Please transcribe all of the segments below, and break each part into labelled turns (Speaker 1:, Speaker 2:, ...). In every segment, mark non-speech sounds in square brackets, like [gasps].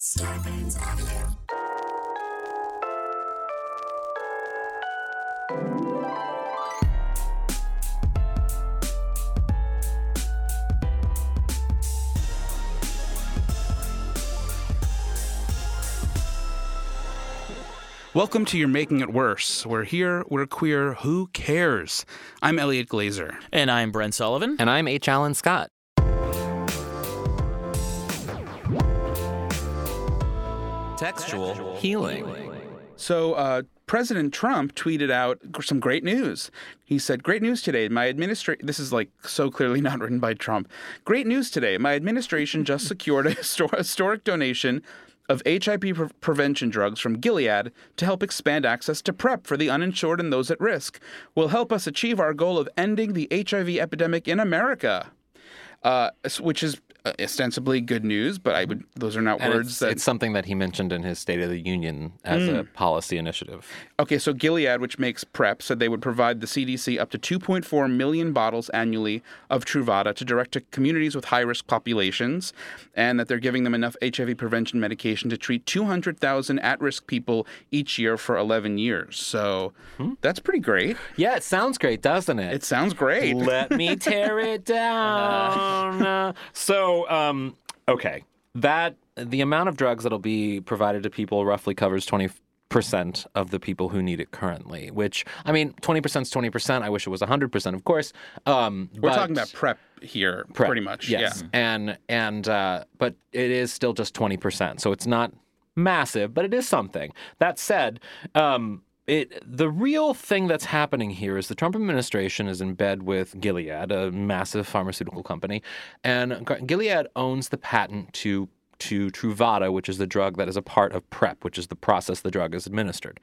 Speaker 1: Starburns Audio.
Speaker 2: Welcome to Your Making It Worse. We're here, we're queer, who cares? I'm Elliot Glazer.
Speaker 3: And I'm Brent Sullivan.
Speaker 4: And I'm H. Allen Scott. Textual healing.
Speaker 2: So, uh, President Trump tweeted out some great news. He said, Great news today. My administration, this is like so clearly [laughs] not written by Trump. Great news today. My administration just secured a [laughs] histor- historic donation of HIV pre- prevention drugs from Gilead to help expand access to PrEP for the uninsured and those at risk, will help us achieve our goal of ending the HIV epidemic in America. Uh, s- which is uh, ostensibly good news, but I would those are not
Speaker 4: And
Speaker 2: words
Speaker 4: it's,
Speaker 2: that
Speaker 4: it's something that Hmm. he mentioned in his State of the Union as a policy initiative.
Speaker 2: Okay, so Gilead, which makes PrEP, said they would provide the CDC up to 2.4 million bottles annually of Truvada to direct to communities with high risk populations, and that they're giving them enough HIV prevention medication to treat 200,000 at risk people each year for 11 years. So
Speaker 4: Hmm?
Speaker 2: that's pretty great.
Speaker 4: Yeah, it sounds great, doesn't it?
Speaker 2: It sounds great.
Speaker 4: [laughs] Let me tear it down. Uh, so, um, okay, that the amount of drugs that'll be provided to people roughly covers twenty percent of the people who need it currently. Which, I mean, twenty percent is twenty percent. I wish it was hundred percent, of course. Um,
Speaker 2: We're talking about PrEP here, pretty much.
Speaker 4: Yes, Mm-hmm. and and uh, but it is still just twenty percent, so it's not massive, but it is something. That said, um, it the real thing that's happening here is the Trump administration is in bed with Gilead, a massive pharmaceutical company, and G- Gilead owns the patent to. To Truvada, which is the drug that is a part of PrEP, which is the process the drug is administered,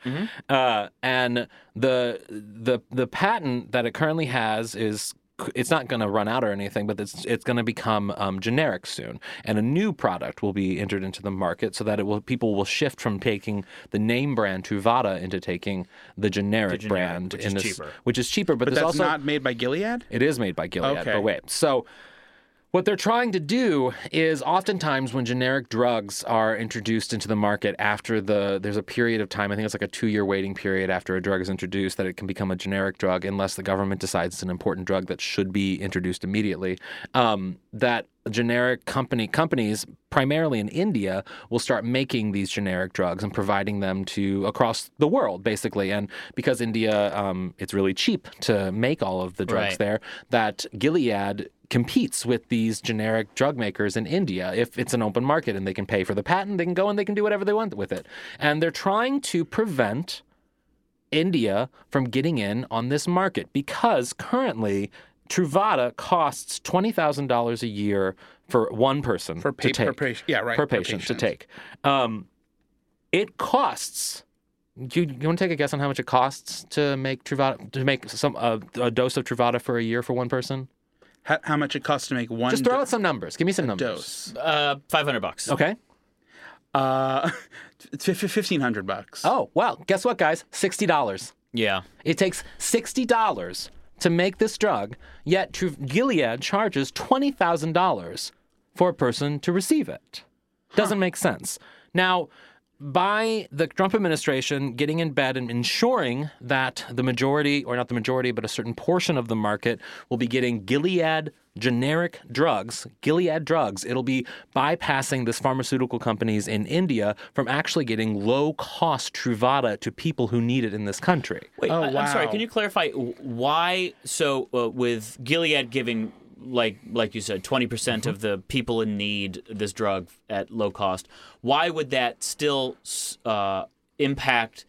Speaker 4: uh, and the the the patent that it currently has is it's not going to run out or anything, but it's it's going to become um, generic soon, and a new product will be entered into the market so that it will people will shift from taking the name brand Truvada into taking the generic,
Speaker 3: generic,
Speaker 4: brand,
Speaker 3: which
Speaker 4: in
Speaker 3: is
Speaker 4: this-
Speaker 3: cheaper.
Speaker 4: which is cheaper. But,
Speaker 2: But
Speaker 4: there's
Speaker 2: that's
Speaker 4: also
Speaker 2: not made by Gilead?
Speaker 4: it is made by Gilead.
Speaker 2: Okay.
Speaker 4: But wait, so what they're trying to do is oftentimes when generic drugs are introduced into the market after the there's a period of time, I think it's like a two year waiting period after a drug is introduced that it can become a generic drug unless the government decides it's an important drug that should be introduced immediately. Um, that generic company companies primarily in India will start making these generic drugs and providing them to across the world basically and because India um, it's really cheap to make all of the drugs
Speaker 3: Right.
Speaker 4: there that Gilead competes with these generic drug makers in India if it's an open market and they can pay for the patent they can go and they can do whatever they want with it and they're trying to prevent India from getting in on this market because currently Truvada costs twenty thousand dollars a year for one person
Speaker 2: For, pa-
Speaker 4: to take,
Speaker 2: per patient. Yeah, right.
Speaker 4: per patient to take. Um, it costs. You, you want to take a guess on how much it costs to make Truvada to make some uh, a dose of Truvada for a year for one person?
Speaker 2: How, how much it costs to make one
Speaker 4: Just throw
Speaker 2: do-
Speaker 4: out some numbers. Give me some numbers.
Speaker 2: dose?
Speaker 3: Uh, 500 bucks.
Speaker 4: Okay.
Speaker 2: Uh, [laughs] it's fif- 1500 bucks.
Speaker 4: Oh well, guess what, guys? Sixty dollars.
Speaker 3: Yeah.
Speaker 4: It takes $60 to make this drug, yet Tru- Gilead charges $20,000 for a person to receive it. Doesn't make sense. Now, by the Trump administration getting in bed and ensuring that the majority, or not the majority, but a certain portion of the market will be getting Gilead generic drugs, Gilead drugs, it'll be bypassing this pharmaceutical companies in India from actually getting low cost Truvada to people who need it in this country.
Speaker 3: Wait,
Speaker 2: Oh,
Speaker 3: I, am sorry.
Speaker 2: wow.
Speaker 3: Can you clarify wh- why? So, uh, with Gilead giving, like like you said, 20% percent
Speaker 4: Mm-hmm.
Speaker 3: of the people in need this drug at low cost, why would that still s- uh, impact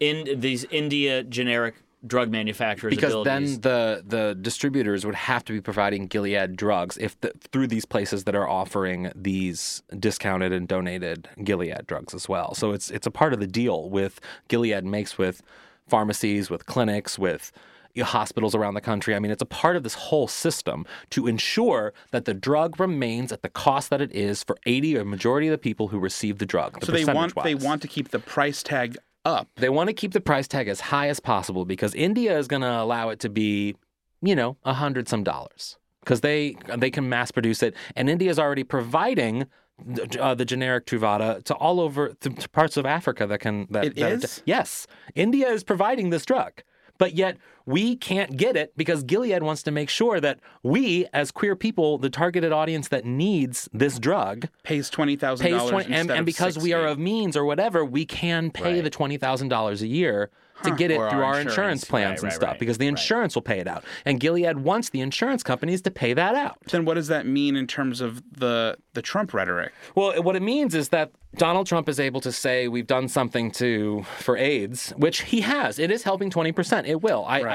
Speaker 3: in these India generic drug manufacturers?
Speaker 4: because
Speaker 3: abilities?
Speaker 4: then the the distributors would have to be providing Gilead drugs if the, through these places that are offering these discounted and donated Gilead drugs as well. So it's it's a part of the deal with Gilead makes with pharmacies, with clinics, with you know, hospitals around the country. I mean, it's a part of this whole system to ensure that the drug remains at the cost that it is for 80 or majority of the people who receive the drug. the
Speaker 2: so they want, they
Speaker 4: percentage-wise.
Speaker 2: want to keep the price tag up.
Speaker 4: They want to keep the price tag as high as possible because India is going to allow it to be, you know, a hundred some dollars because they they can mass produce it, and India's already providing th- uh, the generic Truvada to all over to, to parts of Africa that can. That,
Speaker 2: It
Speaker 4: that are-
Speaker 2: is?
Speaker 4: yes, India is providing this drug, but yet we can't get it because Gilead wants to make sure that we, as queer people, the targeted audience that needs this drug,
Speaker 2: Pays twenty thousand
Speaker 4: pays
Speaker 2: dollars
Speaker 4: twenty. And, and because we are of means or whatever, we can pay
Speaker 3: Right.
Speaker 4: the twenty thousand dollars a year to get it
Speaker 3: Or
Speaker 4: through
Speaker 3: our
Speaker 4: our
Speaker 3: insurance.
Speaker 4: insurance plans
Speaker 3: Right,
Speaker 4: and
Speaker 3: right,
Speaker 4: stuff
Speaker 3: right,
Speaker 4: because the
Speaker 3: right.
Speaker 4: insurance will pay it out, and Gilead wants the insurance companies to pay that out.
Speaker 2: Then what does that mean in terms of the the Trump rhetoric?
Speaker 4: Well, what it means is that Donald Trump is able to say we've done something to for AIDS, which he has. It is helping twenty percent. It will.
Speaker 2: Right.
Speaker 4: I,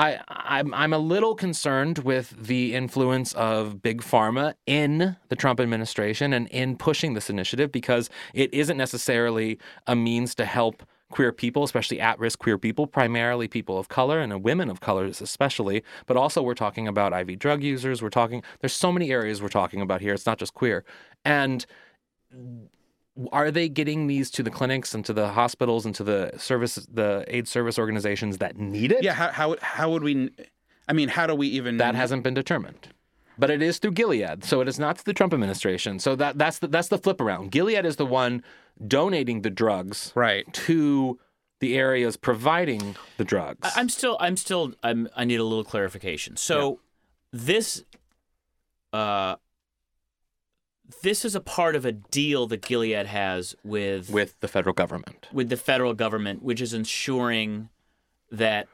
Speaker 4: I, I, I'm I'm a little concerned with the influence of big pharma in the Trump administration and in pushing this initiative because it isn't necessarily a means to help queer people, especially at-risk queer people, primarily people of color and uh, women of color especially, but also we're talking about IV drug users, we're talking there's so many areas we're talking about here. It's not just queer. And are they getting these to the clinics and to the hospitals and to the service the aid service organizations that need it?
Speaker 2: Yeah, how how how would we? I mean, how do we even?
Speaker 4: That hasn't been determined. But it is through Gilead, so it is not to the Trump administration. So that that's the, that's the flip around. Gilead is the one donating the drugs
Speaker 2: right.
Speaker 4: to the areas providing the drugs.
Speaker 3: I- I'm still, I'm still, I'm, I need a little clarification. So, this, uh, this is a part of a deal that Gilead has with
Speaker 4: with the federal government.
Speaker 3: with the federal government, which is ensuring that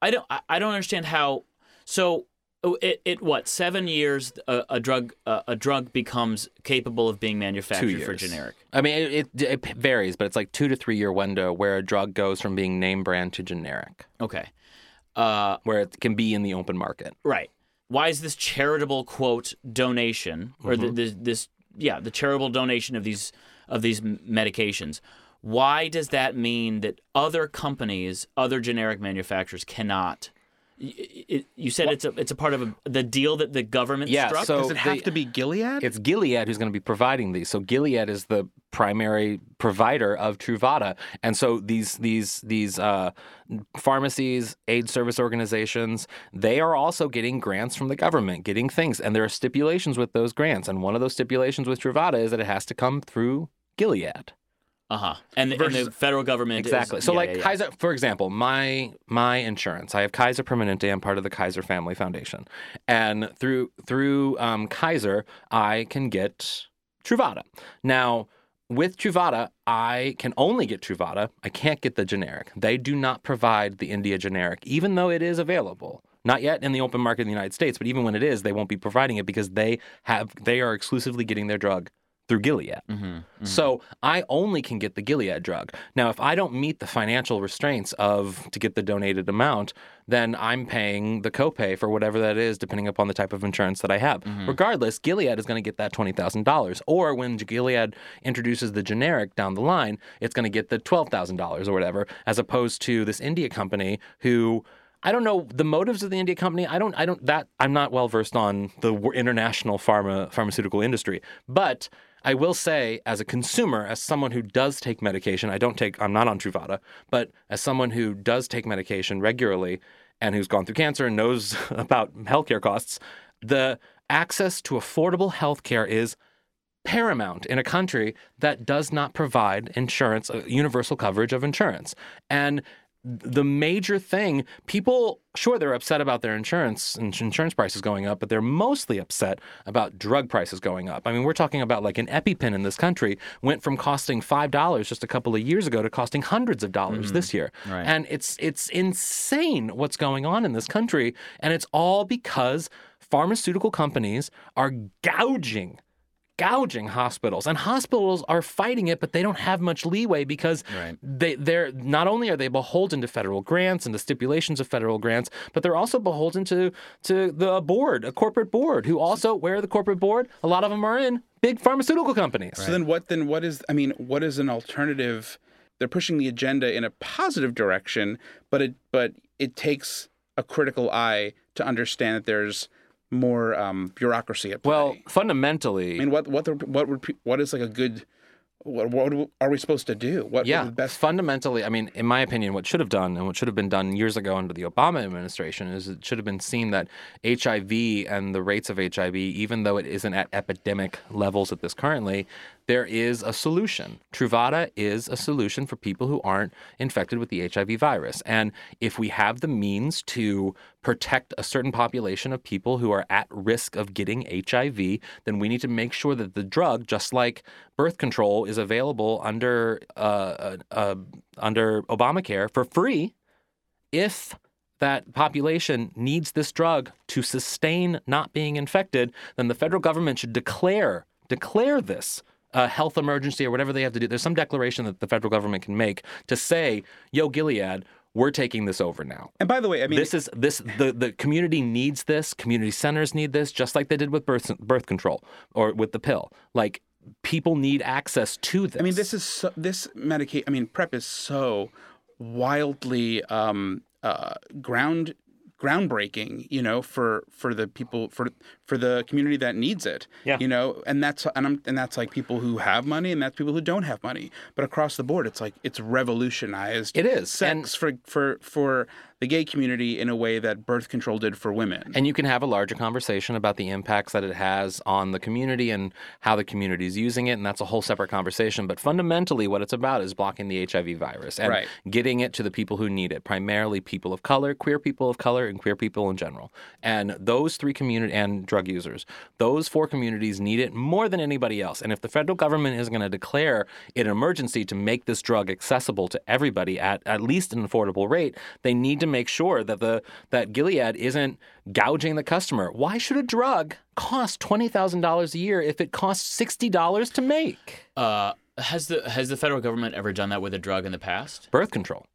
Speaker 3: I don't, I, I don't understand how. So, oh, it, it what seven years uh, a, a drug, a, a drug becomes capable of being manufactured
Speaker 4: two years
Speaker 3: for generic.
Speaker 4: I mean, it, it, it varies, but it's like two to three year window where a drug goes from being name brand to generic,
Speaker 3: Okay. Uh,
Speaker 4: where it can be in the open market.
Speaker 3: Right. Why is this charitable quote donation or the, this, this yeah the charitable donation of these of these m- medications? Why does that mean that other companies, other generic manufacturers, cannot? y- y- You said it's a it's a part of a, the deal that the government
Speaker 4: Yeah,
Speaker 3: struck.
Speaker 4: so-
Speaker 2: Does it have
Speaker 4: they-
Speaker 2: to be Gilead?
Speaker 4: It's Gilead who's going to be providing these. So Gilead is the primary provider of Truvada, and so these these these uh, pharmacies, aid service organizations, they are also getting grants from the government, getting things, and there are stipulations with those grants. And one of those stipulations with Truvada is that it has to come through Gilead.
Speaker 3: uh huh. And, the- and the
Speaker 2: Versus-
Speaker 3: federal government is-
Speaker 4: Exactly. So
Speaker 3: yeah,
Speaker 4: like
Speaker 3: yeah, yeah.
Speaker 4: Kaiser, for example, my my insurance, I have Kaiser Permanente. I'm part of the Kaiser Family Foundation, and through through um, Kaiser, I can get Truvada. Now. With Truvada, I can only get Truvada. I can't get the generic. They do not provide the India generic, even though it is available. Not yet in the open market in the United States, but even when it is, they won't be providing it because they have they are exclusively getting their drug through Gilead.
Speaker 3: Mm-hmm.
Speaker 4: Mm-hmm. So I only can get the Gilead drug. Now, if I don't meet the financial restraints of to get the donated amount, then I'm paying the copay for whatever that is, depending upon the type of insurance that I have. Regardless, Gilead is going to get that twenty thousand dollars, or when Gilead introduces the generic down the line, it's going to get the twelve thousand dollars or whatever, as opposed to this India company who. I don't know the motives of the India company. I don't. I don't. That I'm not well versed on the w- international pharma pharmaceutical industry. But I will say, as a consumer, as someone who does take medication, I don't take. I'm not on Truvada, but as someone who does take medication regularly and who's gone through cancer and knows [laughs] about healthcare costs, the access to affordable healthcare is paramount in a country that does not provide insurance, uh, universal coverage of insurance. And the major thing people sure they're upset about their insurance and insurance prices going up but they're mostly upset about drug prices going up i mean we're talking about like an epipen in this country went from costing $5 just a couple of years ago to costing hundreds of dollars this year
Speaker 3: Right.
Speaker 4: and it's it's insane what's going on in this country and it's all because pharmaceutical companies are gouging gouging hospitals and hospitals are fighting it but they don't have much leeway because
Speaker 3: Right.
Speaker 4: they they're not only are they beholden to federal grants and the stipulations of federal grants but they're also beholden to to the board a corporate board who also where are the corporate board a lot of them are in big pharmaceutical companies
Speaker 2: So then what then what is I mean, what is an alternative? They're pushing the agenda in a positive direction, but it but it takes a critical eye to understand that there's more um, bureaucracy at play.
Speaker 4: well fundamentally
Speaker 2: I mean, what what the, what would pe- what is like a good What, what are we supposed to do? What
Speaker 4: yeah,
Speaker 2: would best
Speaker 4: fundamentally, I mean, in my opinion, what should have done and what should have been done years ago under the Obama administration is it should have been seen that HIV and the rates of HIV, even though it isn't at epidemic levels at this currently, there is a solution. Truvada is a solution for people who aren't infected with the HIV virus. And if we have the means to protect a certain population of people who are at risk of getting HIV, then we need to make sure that the drug, just like birth control, is available under uh, uh, uh, under Obamacare for free if that population needs this drug to sustain not being infected, then the federal government should declare declare this a health emergency or whatever they have to do. There's some declaration that the federal government can make to say, "Yo, Gilead, we're taking this over now."
Speaker 2: And by the way, I mean
Speaker 4: this is this the the community needs this. Community centers need this, just like they did with birth birth control or with the pill. Like people need access to this.
Speaker 2: I mean, this is so, this medication. I mean, PrEP is so wildly um, uh, ground groundbreaking, you know, for for the people for for the community that needs it.
Speaker 4: Yeah.
Speaker 2: You know, and that's and I'm and that's like people who have money and that's people who don't have money. But across the board, it's like it's revolutionized.
Speaker 4: It is,
Speaker 2: sex
Speaker 4: and-
Speaker 2: for for for the gay community in a way that birth control did for women.
Speaker 4: And you can have a larger conversation about the impacts that it has on the community and how the community is using it. And that's a whole separate conversation. But fundamentally, what it's about is blocking the HIV virus and
Speaker 2: Right.
Speaker 4: getting it to the people who need it, primarily people of color, queer people of color, and queer people in general. And those three community and drug users, those four communities need it more than anybody else. And if the federal government is going to declare it an emergency to make this drug accessible to everybody at at least an affordable rate, they need to make sure that the that Gilead isn't gouging the customer. Why should a drug cost twenty thousand dollars a year if it costs sixty dollars to make?
Speaker 3: Uh, has the has the federal government ever done that with a drug in the past?
Speaker 4: Birth control.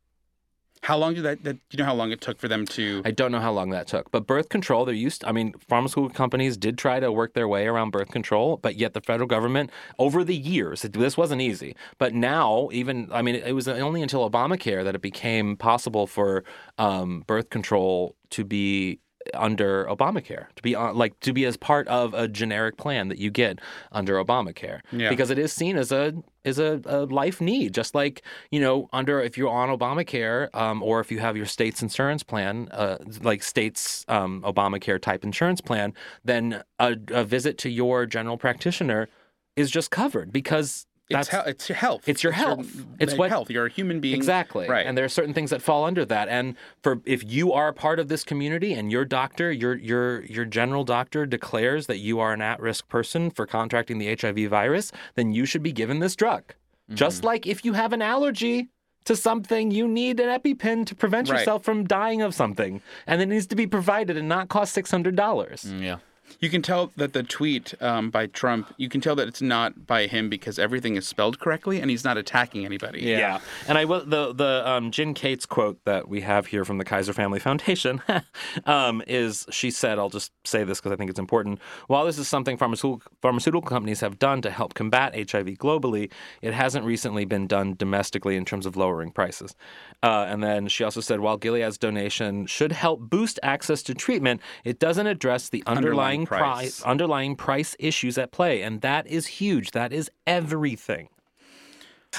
Speaker 2: How long did that, that? You know how long it took for them to?
Speaker 4: I don't know how long that took, but birth control, they're used. I mean, pharmaceutical companies did try to work their way around birth control, but yet the federal government, over the years, it- this wasn't easy. But now, even, I mean, it was only until Obamacare that it became possible for um, birth control to be under Obamacare, to be on, like, to be as part of a generic plan that you get under Obamacare.
Speaker 2: Yeah.
Speaker 4: Because because it is seen as a is a, a life need, just like you know under if you're on Obamacare um, or if you have your state's insurance plan, uh, like state's um, Obamacare type insurance plan, then a, a visit to your general practitioner is just covered because
Speaker 2: it's,
Speaker 4: that's
Speaker 2: he- it's your health.
Speaker 4: it's your health. It's
Speaker 2: like,
Speaker 4: what-
Speaker 2: health. You're a human being.
Speaker 4: Exactly.
Speaker 2: Right.
Speaker 4: And there are certain things that fall under that. And for if you are a part of this community and your doctor, your your your general doctor declares that you are an at-risk person for contracting the HIV virus, then you should be given this drug.
Speaker 2: Mm-hmm.
Speaker 4: Just like if you have an allergy to something, you need an EpiPen to prevent
Speaker 2: Right.
Speaker 4: yourself from dying of something. And it needs to be provided and not cost six hundred dollars.
Speaker 3: Mm, Yeah.
Speaker 2: You can tell that the tweet um, by Trump, you can tell that it's not by him because everything is spelled correctly and he's not attacking anybody.
Speaker 3: Yeah.
Speaker 4: Yeah. And I will the the um, Jin Cates quote that we have here from the Kaiser Family Foundation [laughs] um, is she said, I'll just say this because I think it's important. While this is something pharmaceutical pharmaceutical companies have done to help combat HIV globally, it hasn't recently been done domestically in terms of lowering prices. Uh, and then she also said, while Gilead's donation should help boost access to treatment, it doesn't address the underlying,
Speaker 2: Underlying price.
Speaker 4: price underlying price issues at play, and that is huge. That is everything.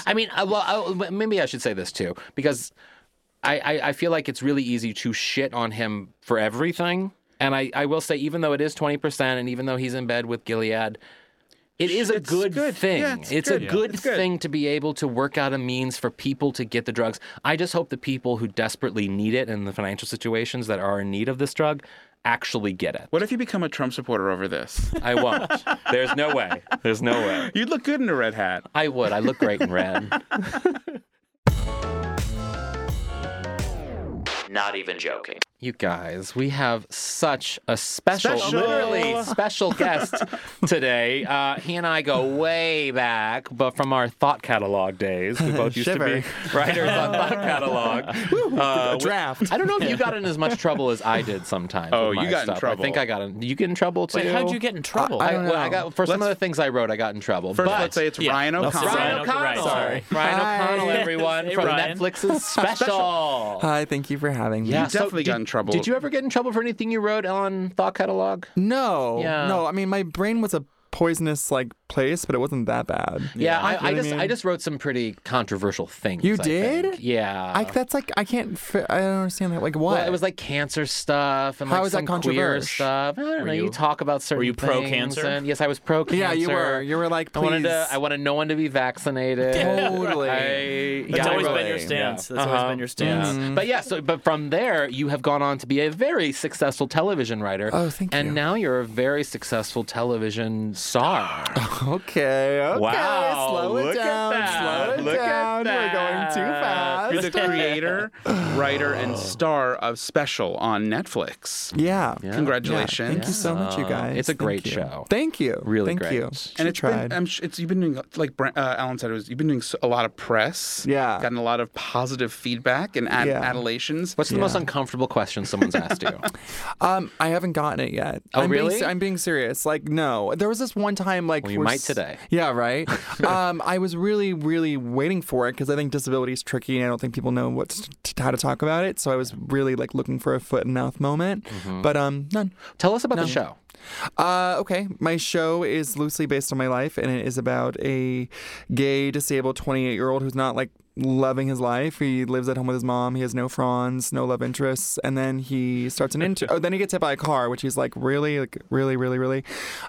Speaker 4: I mean, I, well, I, maybe I should say this too, because I, I, I feel like it's really easy to shit on him for everything. And I, I will say, even though it is 20%, and even though he's in bed with Gilead, it is a
Speaker 2: It's
Speaker 4: good,
Speaker 2: good.
Speaker 4: thing.
Speaker 2: Yeah, it's
Speaker 4: it's
Speaker 2: good.
Speaker 4: a
Speaker 2: Yeah.
Speaker 4: good
Speaker 2: It's good.
Speaker 4: thing to be able to work out a means for people to get the drugs. I just hope the people who desperately need it and the financial situations that are in need of this drug actually get it.
Speaker 2: What if you become a Trump supporter over
Speaker 4: [laughs]
Speaker 2: this?
Speaker 4: I won't. There's no way. There's no way.
Speaker 2: You'd look good in a red hat.
Speaker 4: I would. I look great in red.
Speaker 1: Not even joking.
Speaker 4: You guys, we have such a special,
Speaker 2: Special.
Speaker 4: literally special guest today. Uh, he and I go way back, but from our thought catalog days, we
Speaker 2: [laughs]
Speaker 4: both used to be writers on thought catalog. Uh, we-
Speaker 5: draft.
Speaker 4: I don't know if you got in as much trouble as I did sometimes.
Speaker 2: Oh,
Speaker 4: with my
Speaker 2: you got in
Speaker 4: stuff. I
Speaker 2: trouble.
Speaker 4: think I got in. You get in trouble too.
Speaker 3: Wait, how'd you get in trouble?
Speaker 4: I, well, I
Speaker 5: know.
Speaker 4: got for some of
Speaker 2: Let's-
Speaker 4: the things I wrote, I got in trouble.
Speaker 2: First,
Speaker 4: but
Speaker 2: let's say it's
Speaker 3: yeah.
Speaker 2: Ryan
Speaker 5: Let's say
Speaker 2: O'Connell.
Speaker 4: Ryan
Speaker 3: Ryan O'Connell,
Speaker 4: O'Connell,
Speaker 3: right, sorry.
Speaker 4: Ryan
Speaker 5: Hi.
Speaker 4: O'Connell, everyone
Speaker 3: Hey,
Speaker 4: from
Speaker 3: Ryan.
Speaker 1: [laughs]
Speaker 4: Netflix's special.
Speaker 5: Hi, thank you for having me.
Speaker 4: Yeah,
Speaker 2: You definitely got
Speaker 4: did-
Speaker 2: in trouble.
Speaker 4: Did you ever get in trouble for anything you wrote on Thought Catalog?
Speaker 5: No,
Speaker 4: Yeah.
Speaker 5: no. I mean, my brain was a
Speaker 1: poisonous like place, but it wasn't that bad.
Speaker 4: Yeah,
Speaker 1: You know
Speaker 4: I, I
Speaker 1: what
Speaker 4: just I,
Speaker 1: mean?
Speaker 4: just wrote some pretty controversial things.
Speaker 1: You
Speaker 4: I think.
Speaker 1: did?
Speaker 4: Yeah.
Speaker 1: I, that's like I can't. fi- I don't understand that. Like what?
Speaker 4: Well, it was like cancer stuff and
Speaker 1: How
Speaker 4: like
Speaker 1: is that
Speaker 4: some queer
Speaker 1: controversial?
Speaker 4: stuff. I don't know. You,
Speaker 3: you-
Speaker 4: talk about certain.
Speaker 3: you
Speaker 4: things,
Speaker 3: pro-cancer?
Speaker 4: and- yes, I was pro cancer.
Speaker 1: yeah, you were. You were like,
Speaker 4: I
Speaker 1: please.
Speaker 4: wanted to. I wanted no one to be vaccinated. [laughs]
Speaker 1: Totally.
Speaker 4: I,
Speaker 3: That's
Speaker 4: yeah, I
Speaker 3: always
Speaker 4: wrote-
Speaker 3: been your
Speaker 1: Yeah. Mm.
Speaker 3: stance. That's always
Speaker 4: Uh-huh.
Speaker 3: been your stance.
Speaker 4: Yeah. But yeah, so but from there you have gone on to be a very successful television writer.
Speaker 1: Oh, thank
Speaker 4: And
Speaker 1: you.
Speaker 4: now you're a very successful television [gasps] star.
Speaker 1: okay. Okay.
Speaker 4: Wow,
Speaker 1: Slow it
Speaker 4: look at
Speaker 1: down.
Speaker 4: that.
Speaker 1: Slow it
Speaker 4: Look at
Speaker 1: down. We're going too
Speaker 4: that.
Speaker 1: fast.
Speaker 2: You're the creator, writer, and star of Special on Netflix.
Speaker 1: yeah. Yeah,
Speaker 2: Congratulations.
Speaker 1: Thank you so much, you guys.
Speaker 4: it's a
Speaker 1: Thank
Speaker 4: great
Speaker 1: you.
Speaker 4: show.
Speaker 1: Thank you.
Speaker 4: Really
Speaker 1: Thank
Speaker 4: great.
Speaker 1: you.
Speaker 2: and
Speaker 1: She
Speaker 2: it's
Speaker 1: tried.
Speaker 2: been, I'm, sh- it's you've been doing like Bran- uh, Alan said, it was you've been doing s- a lot of press,
Speaker 1: Yeah.
Speaker 2: gotten a lot of positive feedback and ad-
Speaker 1: Yeah.
Speaker 2: adulations.
Speaker 4: What's the most uncomfortable question someone's asked [laughs] you?
Speaker 1: Um, I haven't gotten it yet.
Speaker 4: Oh,
Speaker 1: I'm
Speaker 4: really?
Speaker 1: Being, se- I'm being serious. Like, no. There was this one time, like,
Speaker 4: Well, you
Speaker 1: we're
Speaker 4: might
Speaker 1: s-
Speaker 4: today.
Speaker 1: Yeah,
Speaker 4: [laughs]
Speaker 1: right. um, I was really, really waiting for it because I think disability is tricky, and I don't think people know what to, t- how to talk about it. So I was really like looking for a foot and mouth moment,
Speaker 4: Mm-hmm.
Speaker 1: but um, none.
Speaker 4: Tell us about the show.
Speaker 1: Uh, okay, my show is loosely based on my life, and it is about a gay, disabled 28 year old who's not like loving his life. He lives at home with his mom. He has no fronds, no love interests, and then he
Speaker 4: [laughs]
Speaker 1: starts an intern. oh, then he gets hit by a car, which he's like really, like really, really, really.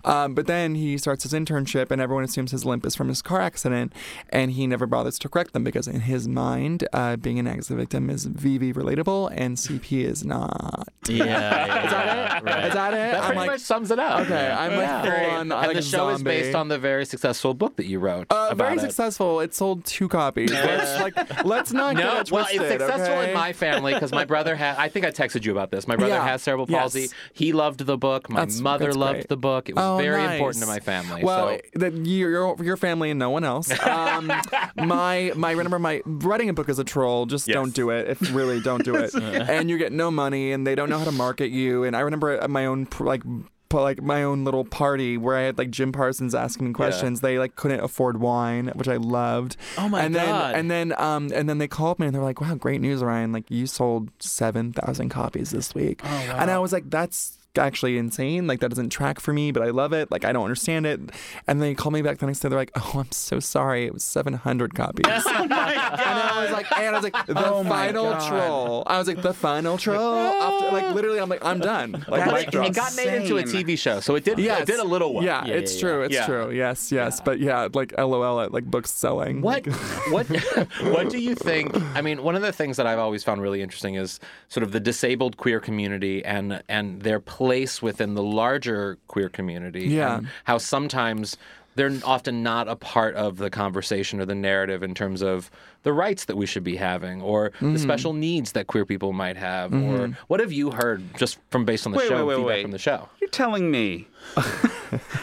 Speaker 1: Um, but then he starts his internship, and everyone assumes his limp is from his car accident, and he never bothers to correct them because in his mind, uh, being an accident victim is VV relatable, and CP is not.
Speaker 3: [laughs] Yeah. yeah,
Speaker 1: [laughs] Is that it?
Speaker 3: yeah, right.
Speaker 1: Is that it?
Speaker 4: That
Speaker 1: Eh, I'm
Speaker 4: pretty
Speaker 1: like,
Speaker 4: much sums it up.
Speaker 1: Okay, I'm like full on.
Speaker 4: and
Speaker 1: like
Speaker 4: the
Speaker 1: a
Speaker 4: show is based
Speaker 1: zombie.
Speaker 4: on the very successful book that you wrote.
Speaker 1: Uh,
Speaker 4: about
Speaker 1: very
Speaker 4: it.
Speaker 1: successful. It sold two copies. Let's, like, let's
Speaker 4: [laughs]
Speaker 1: not
Speaker 4: No,
Speaker 1: get it
Speaker 4: well,
Speaker 1: twisted.
Speaker 4: it's successful
Speaker 1: okay?
Speaker 4: in my family because my brother had. I think I texted you about this. My brother
Speaker 1: Yeah.
Speaker 4: has cerebral
Speaker 1: Yes.
Speaker 4: palsy. He loved the book. My
Speaker 1: That's-
Speaker 4: mother
Speaker 1: that's
Speaker 4: loved
Speaker 1: great.
Speaker 4: the book. It was
Speaker 1: Oh,
Speaker 4: very
Speaker 1: nice.
Speaker 4: important to my family.
Speaker 1: Well,
Speaker 4: so.
Speaker 1: that your your- your family and no one else.
Speaker 4: [laughs]
Speaker 1: Um, my my remember my writing a book is a troll. Just don't do it. If really don't do it, and you get no money, and they don't know how to market you. And I remember at my own pr- like. p- Like my own little party where I had like Jim Parsons asking me questions. They like couldn't afford wine, which I loved.
Speaker 3: Oh, my
Speaker 1: and
Speaker 3: God.
Speaker 1: Then, and then um and then they called me and they're like, "Wow, great news, Ryan! Like you sold seven thousand copies this week." And I was like, "That's actually insane. Like that doesn't track for me, but I love it. Like I don't understand it." And they called me back the next day. They're like, "Oh, I'm so sorry. It was seven hundred copies." And I was like, and I was like, the
Speaker 2: Oh my
Speaker 1: final
Speaker 2: God.
Speaker 1: troll. I was like, the final troll. After, like literally, I'm like, I'm done. Like
Speaker 2: That's
Speaker 1: mic
Speaker 4: But it,
Speaker 1: drop.
Speaker 4: it got made into a
Speaker 2: insane.
Speaker 4: TV show, so it did.
Speaker 1: Yes.
Speaker 4: It did a little one.
Speaker 1: Yeah,
Speaker 3: Yeah,
Speaker 1: it's
Speaker 3: yeah,
Speaker 1: true. It's
Speaker 4: yeah.
Speaker 1: true. Yes, yes. But yeah, like LOL at like books selling.
Speaker 4: What what [laughs] what do you think? I mean, one of the things that I've always found really interesting is sort of the disabled queer community and and their place within the larger queer community.
Speaker 1: Yeah.
Speaker 4: and how sometimes they're often not a part of the conversation or the narrative in terms of the rights that we should be having or
Speaker 1: Mm-hmm.
Speaker 4: the special needs that queer people might have or what have you heard just from based on the
Speaker 2: Wait,
Speaker 4: show
Speaker 2: wait, wait,
Speaker 4: and feedback
Speaker 2: wait.
Speaker 4: from the show
Speaker 2: You're telling me
Speaker 1: [laughs]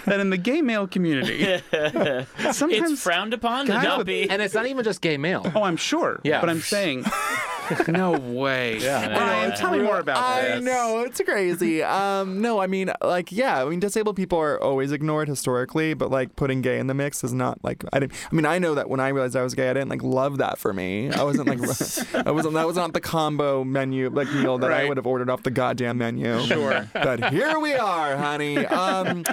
Speaker 2: that in the gay male
Speaker 4: [laughs]
Speaker 2: community, sometimes
Speaker 3: It's frowned upon to
Speaker 2: Guys
Speaker 3: not
Speaker 2: with-
Speaker 1: [laughs]
Speaker 3: be.
Speaker 4: and it's not even just gay male
Speaker 2: Oh, I'm sure.
Speaker 4: Yeah.
Speaker 2: but I'm saying, no
Speaker 4: [laughs]
Speaker 2: way. Yeah, Brian, tell me more about
Speaker 1: I
Speaker 2: this.
Speaker 1: know it's
Speaker 2: [laughs]
Speaker 1: crazy. Um, no, I mean, like, yeah, I mean, disabled people are always ignored historically, but like putting gay in the mix is not like I didn't. I mean, I know that when I realized I was gay, I didn't like love that for me. I wasn't like, [laughs] I wasn't. That was not the combo menu like meal that I
Speaker 2: Right.
Speaker 1: would have ordered off the goddamn menu. Sure, but here we are, honey. Um,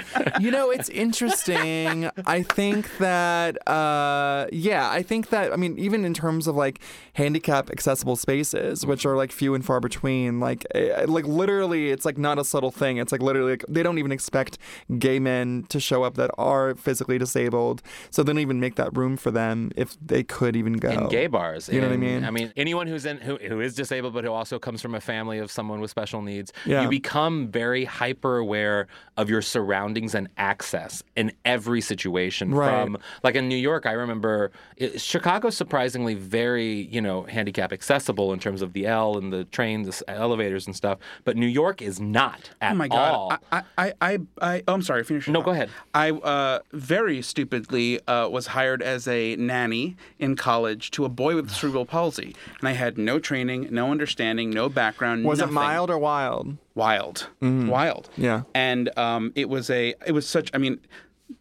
Speaker 1: you know, it's interesting. I think that, uh, yeah, I think that. I mean, even in terms of like handicap accessible spaces, which are like few and far between. Like, eh, like literally, it's like not a subtle thing. It's like literally, like, they don't even expect gay men to show up that are physically disabled, so they don't even make that room for them if they could even go.
Speaker 4: in gay bars.
Speaker 1: You know what I
Speaker 4: in-
Speaker 1: mean?
Speaker 4: I mean, anyone who's in who, who is disabled but who also comes from a family of someone with special needs,
Speaker 1: Yeah.
Speaker 4: you become very hyper aware of your surroundings and access in every situation.
Speaker 1: Right.
Speaker 4: From like in New York, I remember it, Chicago's surprisingly very you know handicap accessible in terms of the L and the trains, the elevators and stuff, but New York is not at
Speaker 2: Oh my
Speaker 4: all.
Speaker 2: god! I, I, I, I, oh, I'm sorry. Finish. your
Speaker 4: No,
Speaker 2: thought.
Speaker 4: go ahead.
Speaker 2: I uh, very stupidly uh, was hired as a nanny in college to a boy with cerebral palsy, and I had no training, no understanding, no background.
Speaker 1: Was
Speaker 2: nothing.
Speaker 1: it mild or wild?
Speaker 2: Wild, wild.
Speaker 1: Yeah.
Speaker 2: And um, it was a, it was such. I mean,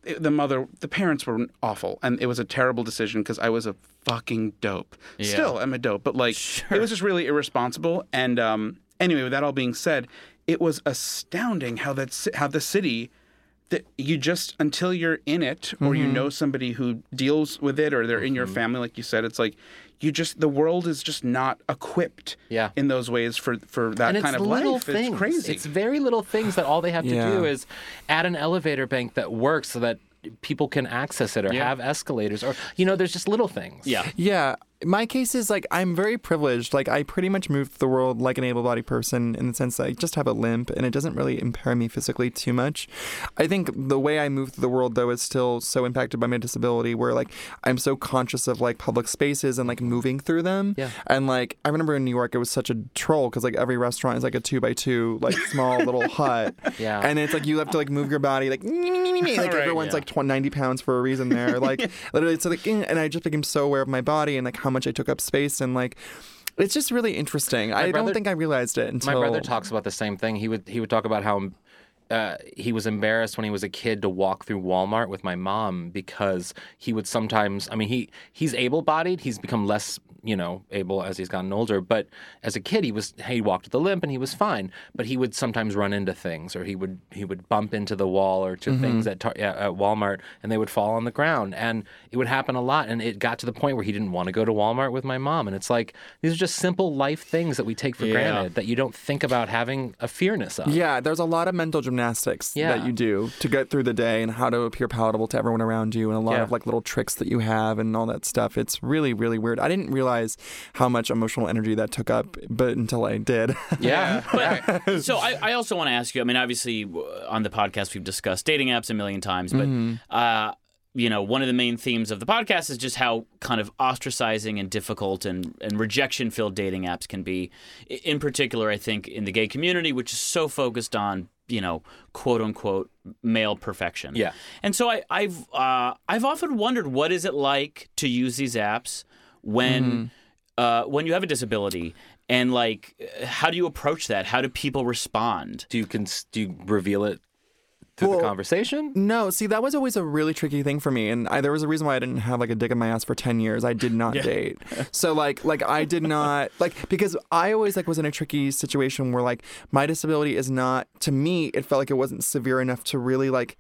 Speaker 2: it, the mother, the parents were awful, and it was a terrible decision because I was a fucking dope. Still, I'm a dope, but like, it was just really irresponsible. And um, anyway, with that all being said, it was astounding how that ci- how the city that you just until you're in it or you know somebody who deals with it or they're in your family like you said it's like you just the world is just not equipped
Speaker 4: Yeah.
Speaker 2: in those ways for for that
Speaker 4: and it's
Speaker 2: kind of
Speaker 4: little
Speaker 2: life
Speaker 4: things.
Speaker 2: it's crazy
Speaker 4: It's very little things that all they have to
Speaker 1: Yeah.
Speaker 4: do is add an elevator bank that works so that people can access it or have escalators or you know there's just little things.
Speaker 3: Yeah.
Speaker 1: Yeah. My case is like I'm very privileged. Like I pretty much move through the world like an able-bodied person in the sense that I just have a limp and it doesn't really impair me physically too much. I think the way I move through the world though is still so impacted by my disability where like I'm so conscious of like public spaces and like moving through them.
Speaker 4: Yeah.
Speaker 1: And like I remember in New York it was such a troll because like every restaurant is like a two by two like small
Speaker 4: [laughs]
Speaker 1: little hut.
Speaker 4: Yeah.
Speaker 1: And it's like you have to like move your body like [laughs] like
Speaker 2: Right,
Speaker 1: everyone's
Speaker 4: yeah.
Speaker 1: like tw- 90 pounds for a
Speaker 4: [laughs]
Speaker 1: reason there. Like literally, it's like, eh, and I just became so aware of my body and like how much I took up space and like, it's just really interesting. I
Speaker 4: brother-
Speaker 1: don't think I realized it until
Speaker 4: My brother talks about the same thing. He would he would talk about how uh, he was embarrassed when he was a kid to walk through Walmart with my mom because he would sometimes. I mean, he he's able-bodied. He's become less, you know, able as he's gotten older. But as a kid, he was he walked with a limp and he was fine. But he would sometimes run into things, or he would he would bump into the wall or to things at, tar- at at Walmart, and they would fall on the ground. And it would happen a lot. And it got to the point where he didn't want to go to Walmart with my mom. And it's like these are just simple life things that we take for granted that you don't think about having a fearness of.
Speaker 1: Yeah, there's a lot of mental gymnastics
Speaker 4: Yeah.
Speaker 1: that you do to get through the day and how to appear palatable to everyone around you and a lot
Speaker 4: Yeah.
Speaker 1: of like little tricks that you have and all that stuff. It's really, really weird. I didn't realize how much emotional energy that took up, but until I did. [laughs]
Speaker 4: Yeah.
Speaker 3: But, so I, I also want to ask you. I mean, obviously, w- on the podcast we've discussed dating apps a million times, but
Speaker 1: Mm-hmm.
Speaker 3: uh, you know, one of the main themes of the podcast is just how kind of ostracizing and difficult and, and rejection-filled dating apps can be. I- In particular, I think in the gay community, which is so focused on you know, quote unquote, male perfection.
Speaker 4: Yeah.
Speaker 3: And so I, I've uh, I've often wondered what is it like to use these apps
Speaker 1: Mm-hmm.
Speaker 3: when uh, when you have a disability and like uh, how do you approach that? How do people respond?
Speaker 4: do you can do you reveal it through the
Speaker 1: Well-
Speaker 4: conversation?
Speaker 2: Mm-hmm.
Speaker 1: No, see, that was always a really tricky thing for me, and I, there was a reason why I didn't have like a dick in my ass for ten years. I did
Speaker 2: [laughs]
Speaker 1: not date, so like, like I did not like because I always like was in a tricky situation where like my disability is not to me. It felt like it wasn't severe enough to really like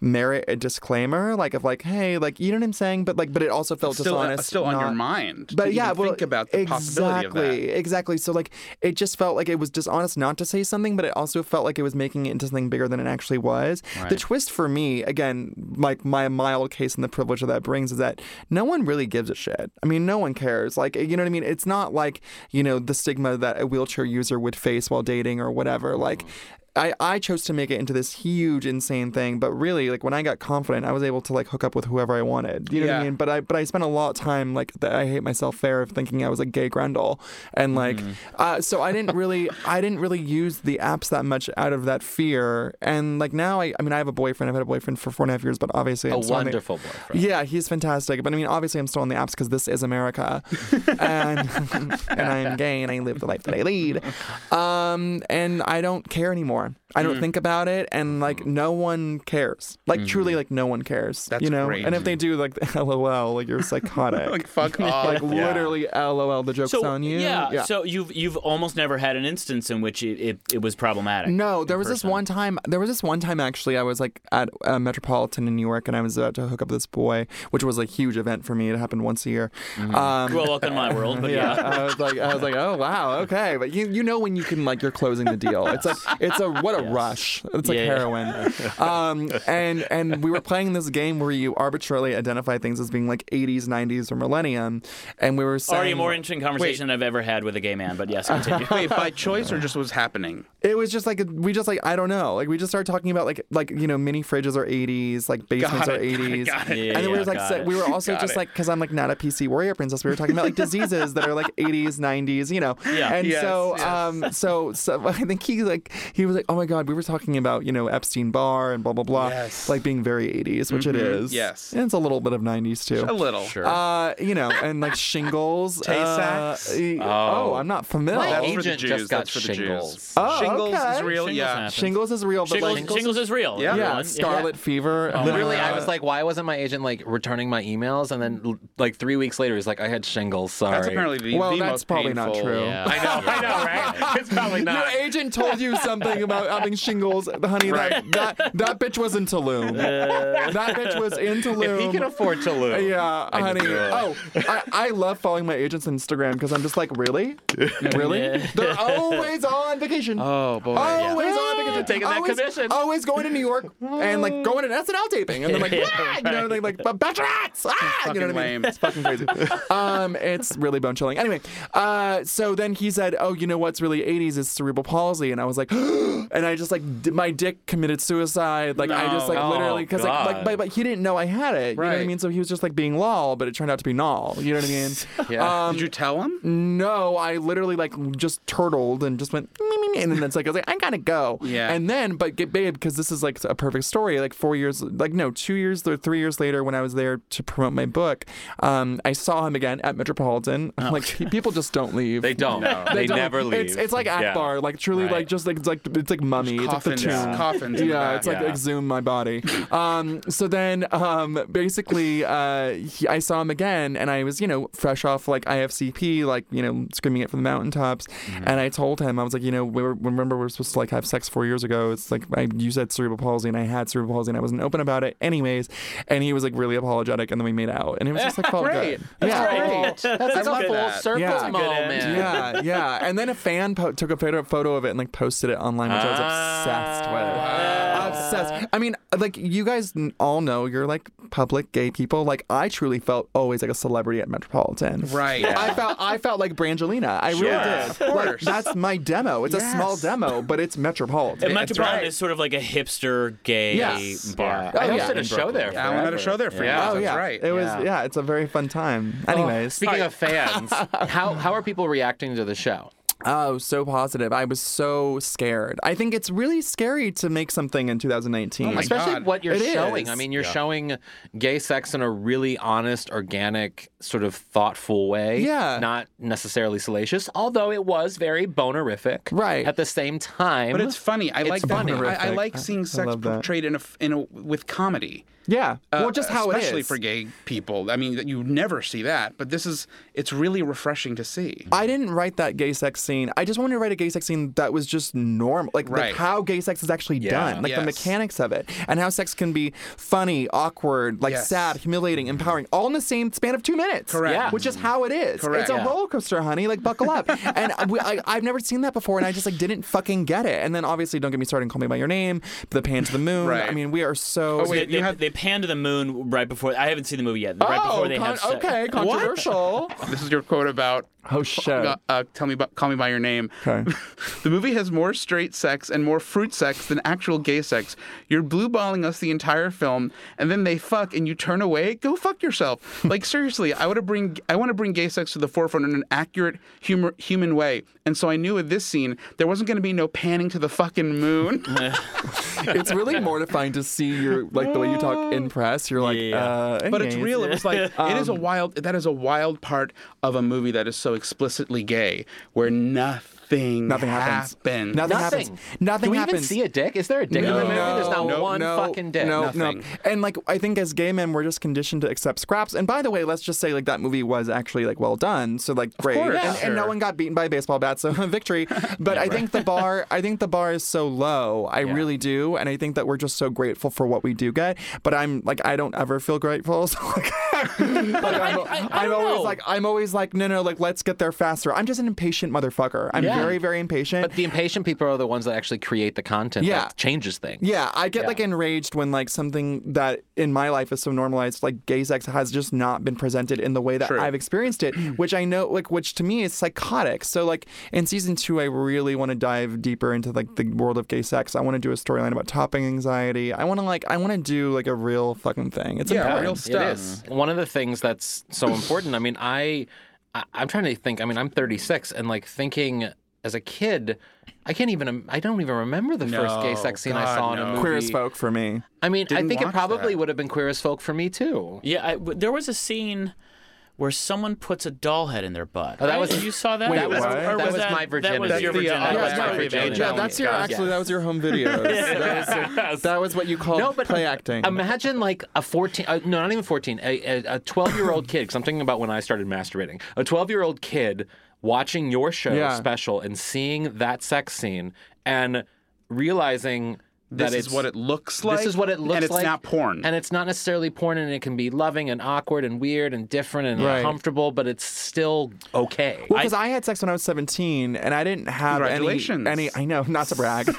Speaker 1: merit a disclaimer, like of like, hey, like you know what I'm saying, but like, but it also felt
Speaker 2: still uh,
Speaker 1: dishonest,
Speaker 2: still on your
Speaker 1: not-
Speaker 2: mind to
Speaker 1: but
Speaker 2: even
Speaker 1: yeah, well,
Speaker 2: think about the possibility of that
Speaker 1: exactly, Exactly. So like, it just felt like it was dishonest not to say something, but it also felt like it was making it into something bigger than it actually was. The twist for me, again, like my mild case and the privilege that that brings is that no one really gives a shit. I mean, no one cares. Like, you know what I mean? It's not like you know the stigma that a wheelchair user would face while dating or whatever. Like. I, I chose to make it into this huge insane thing, but really, like when I got confident, I was able to like hook up with whoever I wanted. You know what I
Speaker 2: Yeah.
Speaker 1: mean? But I but I spent a lot of time like the, I hate myself fair of thinking I was a gay Grendel, and like
Speaker 4: Mm-hmm.
Speaker 1: uh, so I didn't really I didn't really use the apps that much out of that fear. And like now I I mean I have a boyfriend. I've had a boyfriend for four and a half years, but obviously
Speaker 4: A
Speaker 1: I'm still on the-
Speaker 4: wonderful boyfriend.
Speaker 1: yeah, he's fantastic. But I mean, obviously, I'm still on the apps because this
Speaker 3: [laughs]
Speaker 1: is America, and [laughs] and I'm gay and I live the life that I lead. Um, and I don't care anymore. I
Speaker 3: Mm.
Speaker 1: don't think about it,
Speaker 3: Mm-hmm.
Speaker 1: and like no one cares. Like truly, like no one cares.
Speaker 2: That's
Speaker 1: you know.
Speaker 2: great.
Speaker 1: And if they do, like [laughs] LOL, like you're
Speaker 2: [laughs] like
Speaker 3: [laughs]
Speaker 1: psychotic. like [laughs]
Speaker 2: fuck off
Speaker 1: literally, LOL. The joke's
Speaker 3: So
Speaker 1: on you.
Speaker 3: yeah, so you've you've almost never had an instance in which it, it, it was problematic.
Speaker 1: No, there was this one time. There was this one time actually. I was like at uh, Metropolitan in New York, and I was about to hook up with this boy, which was a huge event for me. It happened once a year. Um,
Speaker 3: Mm-hmm. Well, welcome to my world, but
Speaker 1: [laughs] yeah,
Speaker 3: [laughs] yeah.
Speaker 1: I was like, I was like, oh wow, okay. But you, you know when you can like you're closing the deal. It's like it's a what a rush. It's like
Speaker 3: Yeah.
Speaker 1: heroin. Um, and and we were playing this game where you arbitrarily identify things as being like 80s, 90s, or millennium, and we were saying
Speaker 3: Already a more interesting conversation than I've ever had with a gay man, but
Speaker 1: [laughs]
Speaker 3: yes, continue.
Speaker 2: wait by choice or just was happening
Speaker 1: it was just like we just like I don't know. Like we just started talking about like like you know mini fridges are 80s, like basements
Speaker 2: Got
Speaker 1: are
Speaker 2: it, [laughs] got it,
Speaker 1: 80s.
Speaker 2: got it.
Speaker 3: Yeah,
Speaker 1: and then we
Speaker 3: yeah,
Speaker 1: were like
Speaker 3: got
Speaker 1: so-
Speaker 2: [laughs]
Speaker 3: it.
Speaker 1: we were also
Speaker 2: Got
Speaker 1: just
Speaker 2: it.
Speaker 1: like because I'm like not a PC warrior princess. We were talking about like diseases that are like 80s, 90s, you know.
Speaker 3: Yeah.
Speaker 1: And
Speaker 2: Yes,
Speaker 1: so
Speaker 2: yes.
Speaker 1: um so so [laughs] I think he like he was like oh my god we were talking about you know Epstein Barr and blah blah blah
Speaker 2: Yes. Mm-hmm.
Speaker 1: like being very 80s which it is
Speaker 2: yes.
Speaker 1: and it's a little bit of 90s too
Speaker 2: a little
Speaker 4: Sure.
Speaker 1: uh you know and like shingles uh,
Speaker 2: Tay-sacks?
Speaker 1: e-
Speaker 4: Oh.
Speaker 1: oh I'm not familiar.
Speaker 4: My
Speaker 2: That's for the
Speaker 4: agent just
Speaker 2: Jews,
Speaker 4: got
Speaker 2: that's for the Jews.
Speaker 4: shingles.
Speaker 1: Oh,
Speaker 2: shingles
Speaker 1: okay.
Speaker 2: is real
Speaker 3: Shingles
Speaker 2: yeah
Speaker 3: happens.
Speaker 1: Shingles is real, but
Speaker 3: Shingles,
Speaker 1: like
Speaker 3: shingles is real.
Speaker 2: Yeah.
Speaker 1: yeah,
Speaker 3: everyone.
Speaker 1: Scarlet Fever.
Speaker 4: Literally, I [laughs]
Speaker 1: Uh,
Speaker 4: was like, why wasn't my agent like returning my emails? And then l- like three weeks later, he's like, I had shingles. Sorry.
Speaker 2: that's
Speaker 4: [laughs]
Speaker 2: apparently the,
Speaker 1: Well,
Speaker 2: the
Speaker 1: that's
Speaker 2: most
Speaker 1: probably not
Speaker 2: painful
Speaker 1: true.
Speaker 3: Yeah.
Speaker 1: "Ah."
Speaker 2: I know, I know, right? It's probably
Speaker 1: Your agent told you something about having shingles, honey, that, that that bitch was in Tulum. that bitch was in Tulum.
Speaker 4: If he can afford to lose,
Speaker 1: Yeah,
Speaker 4: I
Speaker 1: honey.
Speaker 4: can do it.
Speaker 1: Oh, I, I love following my agent's Instagram because I'm just like, really? Really? They're always on vacation.
Speaker 2: Oh boy.
Speaker 1: always on vacation.
Speaker 4: They're taking that
Speaker 1: always,
Speaker 4: commission.
Speaker 1: Always going to New York and like going to SNL taping. And they're like,
Speaker 3: Yeah,
Speaker 1: yeah, you know, they're like, but bachelorettes. Ah!
Speaker 2: Fucking
Speaker 1: You know what I mean?
Speaker 2: lame.
Speaker 1: It's fucking crazy. [laughs] um, it's really bone chilling. Anyway, uh, so then he said, oh, you know what's really 80s is cerebral palsy. And I was like, [gasps] and I just like, d- my dick committed suicide. Like, I just like
Speaker 4: No.
Speaker 1: literally, because like,
Speaker 4: God.
Speaker 1: like, but, but he didn't know I had it. You know what I
Speaker 2: Right.
Speaker 1: mean? So he was just like being lol, but it turned out to be nol. You know what I mean?
Speaker 4: [laughs] Yeah.
Speaker 2: Um, Did you tell him?
Speaker 1: [laughs] No, I literally like just turtled and just went, "Me, me, me," and then it's like I was like, I gotta go.
Speaker 2: Yeah.
Speaker 1: And then, but get babe, because this is like a perfect story. Like four years, like no, two years or three years later, when I was there to promote my book, um, I saw him again at Metropolitan. Like people just [laughs] don't leave.
Speaker 4: they don't. [laughs] They,
Speaker 1: don't.
Speaker 4: never leave.
Speaker 1: It's, it's like
Speaker 4: Yeah.
Speaker 1: Akbar, like truly,
Speaker 4: Right.
Speaker 1: like just like it's like it's like mummy. It's like the
Speaker 2: Coffins.
Speaker 1: tomb
Speaker 2: Coffins. in the
Speaker 1: yeah,
Speaker 2: back.
Speaker 1: it's like
Speaker 4: Yeah.
Speaker 1: exhume my body.
Speaker 4: [laughs]
Speaker 1: Um, so then, um, basically, uh, he, I saw him again, and I was, you know, fresh off like IFCP, like you know, screaming it from the mountaintops,
Speaker 4: Mm-hmm.
Speaker 1: and I told him, I was like, you know, we were, remember we were supposed to like have sex four years ago. It's like I you said cerebral palsy, and I had cerebral palsy, and I wasn't open about it, anyways. And he was like really apologetic, and then we made out, and it was
Speaker 4: [laughs]
Speaker 1: just like felt
Speaker 2: Great.
Speaker 1: good.
Speaker 2: That's
Speaker 1: yeah.
Speaker 4: Oh.
Speaker 2: great.
Speaker 4: That's
Speaker 2: I
Speaker 4: a
Speaker 2: love
Speaker 4: full
Speaker 2: that.
Speaker 4: circle
Speaker 1: Yeah.
Speaker 4: moment.
Speaker 1: Yeah, yeah. And then a fan po- took a photo, photo of it and like posted it online, which I was obsessed
Speaker 2: Ah.
Speaker 1: with. Obsessed. I mean, like you guys n- all know, you're like public gay people. Like I truly felt always like a celebrity at Metropolitan.
Speaker 2: Right.
Speaker 1: I felt I felt like Brangelina. I really
Speaker 4: Yeah,
Speaker 1: did.
Speaker 2: of
Speaker 1: Like
Speaker 2: course.
Speaker 1: that's my demo. It's a small
Speaker 2: Yes.
Speaker 1: demo, but it's Metropolitan.
Speaker 3: And Metropolitan
Speaker 2: right.
Speaker 3: is sort of like a hipster gay
Speaker 1: Yes.
Speaker 3: bar.
Speaker 4: I
Speaker 1: Oh,
Speaker 4: hosted
Speaker 1: yeah.
Speaker 4: a show there.
Speaker 2: Yeah, I went on a
Speaker 4: forever.
Speaker 2: show there for
Speaker 4: Yeah.
Speaker 2: years.
Speaker 1: Oh
Speaker 2: That's
Speaker 1: yeah,
Speaker 2: right.
Speaker 1: it was
Speaker 4: Yeah.
Speaker 1: yeah. It's a very fun time. Anyways,
Speaker 4: Speaking of fans, [laughs] how how are people reacting to the show?
Speaker 1: Oh, so positive. I was so scared. I think it's really scary to make something in 2019.
Speaker 2: my
Speaker 4: Especially
Speaker 2: God.
Speaker 4: what you're
Speaker 1: It
Speaker 4: showing.
Speaker 1: is.
Speaker 4: I mean, you're showing gay sex in a really honest, organic, sort of thoughtful way.
Speaker 1: Yeah.
Speaker 4: Not necessarily salacious, although it was very bonerific.
Speaker 1: Right.
Speaker 4: At the same time.
Speaker 2: But it's funny. I like
Speaker 4: funny.
Speaker 2: that. I, I like
Speaker 1: Bonerific.
Speaker 2: seeing
Speaker 1: I
Speaker 2: sex
Speaker 1: love that.
Speaker 2: portrayed in a f- in a with comedy.
Speaker 1: yeah. well,
Speaker 2: Uh,
Speaker 1: just how it is.
Speaker 2: especially for gay people. I mean, that you never see that, but this is it's really refreshing to see.
Speaker 1: I didn't write that gay sex scene. I just wanted to write a gay sex scene that was just normal, like, like
Speaker 2: Right.
Speaker 1: how gay sex is actually done, like the
Speaker 2: Yes.
Speaker 1: mechanics of it, and how sex can be funny, awkward, like
Speaker 2: Yes.
Speaker 1: sad, humiliating, empowering, all in the same span of two minutes.
Speaker 2: Correct. Yeah.
Speaker 1: Which is how it is.
Speaker 2: Correct.
Speaker 1: It's a
Speaker 2: Yeah.
Speaker 1: roller coaster, honey. Like
Speaker 2: [laughs]
Speaker 1: buckle up. and we, I, I've never seen that before, and I just like didn't fucking get it. And then obviously, don't get me started. on Call me by your name. The pan to the moon.
Speaker 2: Right.
Speaker 1: I mean, we are so.
Speaker 2: Oh, wait, you
Speaker 3: they, they,
Speaker 2: have-
Speaker 3: they pan to the moon right before. I haven't seen the movie yet. Right before they
Speaker 1: Oh, con-
Speaker 3: have sex.
Speaker 1: okay, controversial.
Speaker 2: This is your quote about
Speaker 1: Oh shit.
Speaker 2: uh, uh, tell me about call me by your name.
Speaker 1: Okay.
Speaker 2: [laughs] the movie has more straight sex and more fruit sex than actual gay sex. You're blue balling us the entire film, and then they fuck and you turn away. Go fuck
Speaker 1: [laughs]
Speaker 2: yourself. Like seriously, I want to bring I want to bring gay sex to the forefront in an accurate humor, human way. And so I knew with this scene there wasn't going to be no panning to the fucking moon. [laughs]
Speaker 1: it's really mortifying to see your like the way you talk in press. You're like,
Speaker 3: Yeah.
Speaker 1: uh,
Speaker 2: but it's
Speaker 1: anyways.
Speaker 2: real. It was like it is a wild. That is a wild part of a movie that is so explicitly gay, where nothing
Speaker 1: Nothing happens.
Speaker 2: happened.
Speaker 1: Nothing,
Speaker 4: Nothing.
Speaker 1: happens. Nothing
Speaker 4: Do we
Speaker 1: happens.
Speaker 4: even see a dick? Is there a dick in the movie? There's not
Speaker 1: No,
Speaker 4: one
Speaker 1: no,
Speaker 4: fucking dick.
Speaker 1: No,
Speaker 2: Nothing.
Speaker 1: no. And like I think as gay men we're just conditioned to accept scraps. And by the way, let's just say like that movie was actually like well done. So like great.
Speaker 2: course.
Speaker 1: and, and no
Speaker 2: Sure.
Speaker 1: one got beaten by a baseball bat, so [laughs] victory. But I think the bar I think the bar is so low. I really do. And I think that we're just so grateful for what we do get. But I'm like I don't ever feel grateful. [laughs] So like, like, I'm,
Speaker 3: I- I
Speaker 1: I'm
Speaker 3: don't
Speaker 1: always
Speaker 3: know.
Speaker 1: like I'm always like, no, no, like let's get there faster. I'm just an impatient motherfucker. I'm
Speaker 4: Yeah.
Speaker 1: very, very impatient.
Speaker 4: But the impatient people are the ones that actually create the content
Speaker 1: Yeah.
Speaker 4: that changes things.
Speaker 1: Yeah, I get like enraged when like something that in my life is so normalized, like gay sex has just not been presented in the way that
Speaker 2: True.
Speaker 1: I've
Speaker 2: [clears throat]
Speaker 1: experienced it, which I know like which to me is psychotic. So like in season two, I really want to dive deeper into like the world of gay sex. I want to do a storyline about topping anxiety. I want to like I want to do like a real fucking thing. It's
Speaker 2: Yeah,
Speaker 1: important.
Speaker 2: real stuff.
Speaker 4: It is. One of the things that's so important. I mean, I, I I'm trying to think. I mean, I'm 36 and like thinking as a kid, I can't even I don't even remember the first gay
Speaker 2: No,
Speaker 4: sex scene I
Speaker 2: God,
Speaker 4: saw in a
Speaker 2: no.
Speaker 4: movie.
Speaker 1: queer as folk for me.
Speaker 4: I mean, I
Speaker 2: Didn't
Speaker 4: think it
Speaker 2: watch
Speaker 4: probably
Speaker 2: that.
Speaker 4: would have been queer as folk for me too.
Speaker 3: Yeah, I w there was a scene where someone puts a doll head in their butt.
Speaker 4: Oh, that
Speaker 3: right?
Speaker 4: was-
Speaker 3: you saw that.
Speaker 1: wait,
Speaker 3: That was-
Speaker 1: what?
Speaker 3: or
Speaker 1: That
Speaker 4: was my
Speaker 3: That was
Speaker 4: virginity.
Speaker 3: your
Speaker 2: That's the, uh,
Speaker 3: virginity.
Speaker 2: Yeah,
Speaker 3: That was
Speaker 2: that's
Speaker 3: my
Speaker 2: right.
Speaker 3: virginity.
Speaker 1: Yeah, that's your
Speaker 4: Yes.
Speaker 1: actually that was your home videos.
Speaker 2: [laughs]
Speaker 4: [laughs]
Speaker 1: that, was your, that was what you called
Speaker 4: No, but
Speaker 1: play acting.
Speaker 4: Imagine like a 14, uh, no, not even 14, a- a 12 year old kid, because I'm thinking about when I started masturbating, a 12 year old kid watching your show
Speaker 1: Yeah.
Speaker 4: special and seeing that sex scene and realizing that
Speaker 2: This
Speaker 4: it's
Speaker 2: is what it looks like.
Speaker 4: this is what it looks
Speaker 2: and it's
Speaker 4: like,
Speaker 2: not porn.
Speaker 4: and it's not necessarily porn, and it can be loving and awkward and weird and different and
Speaker 1: Right.
Speaker 4: uncomfortable, but it's still okay.
Speaker 1: Well, because I, had sex when I was 17 and I didn't have any,
Speaker 2: Congratulations.
Speaker 1: any. I know, not to brag. [laughs]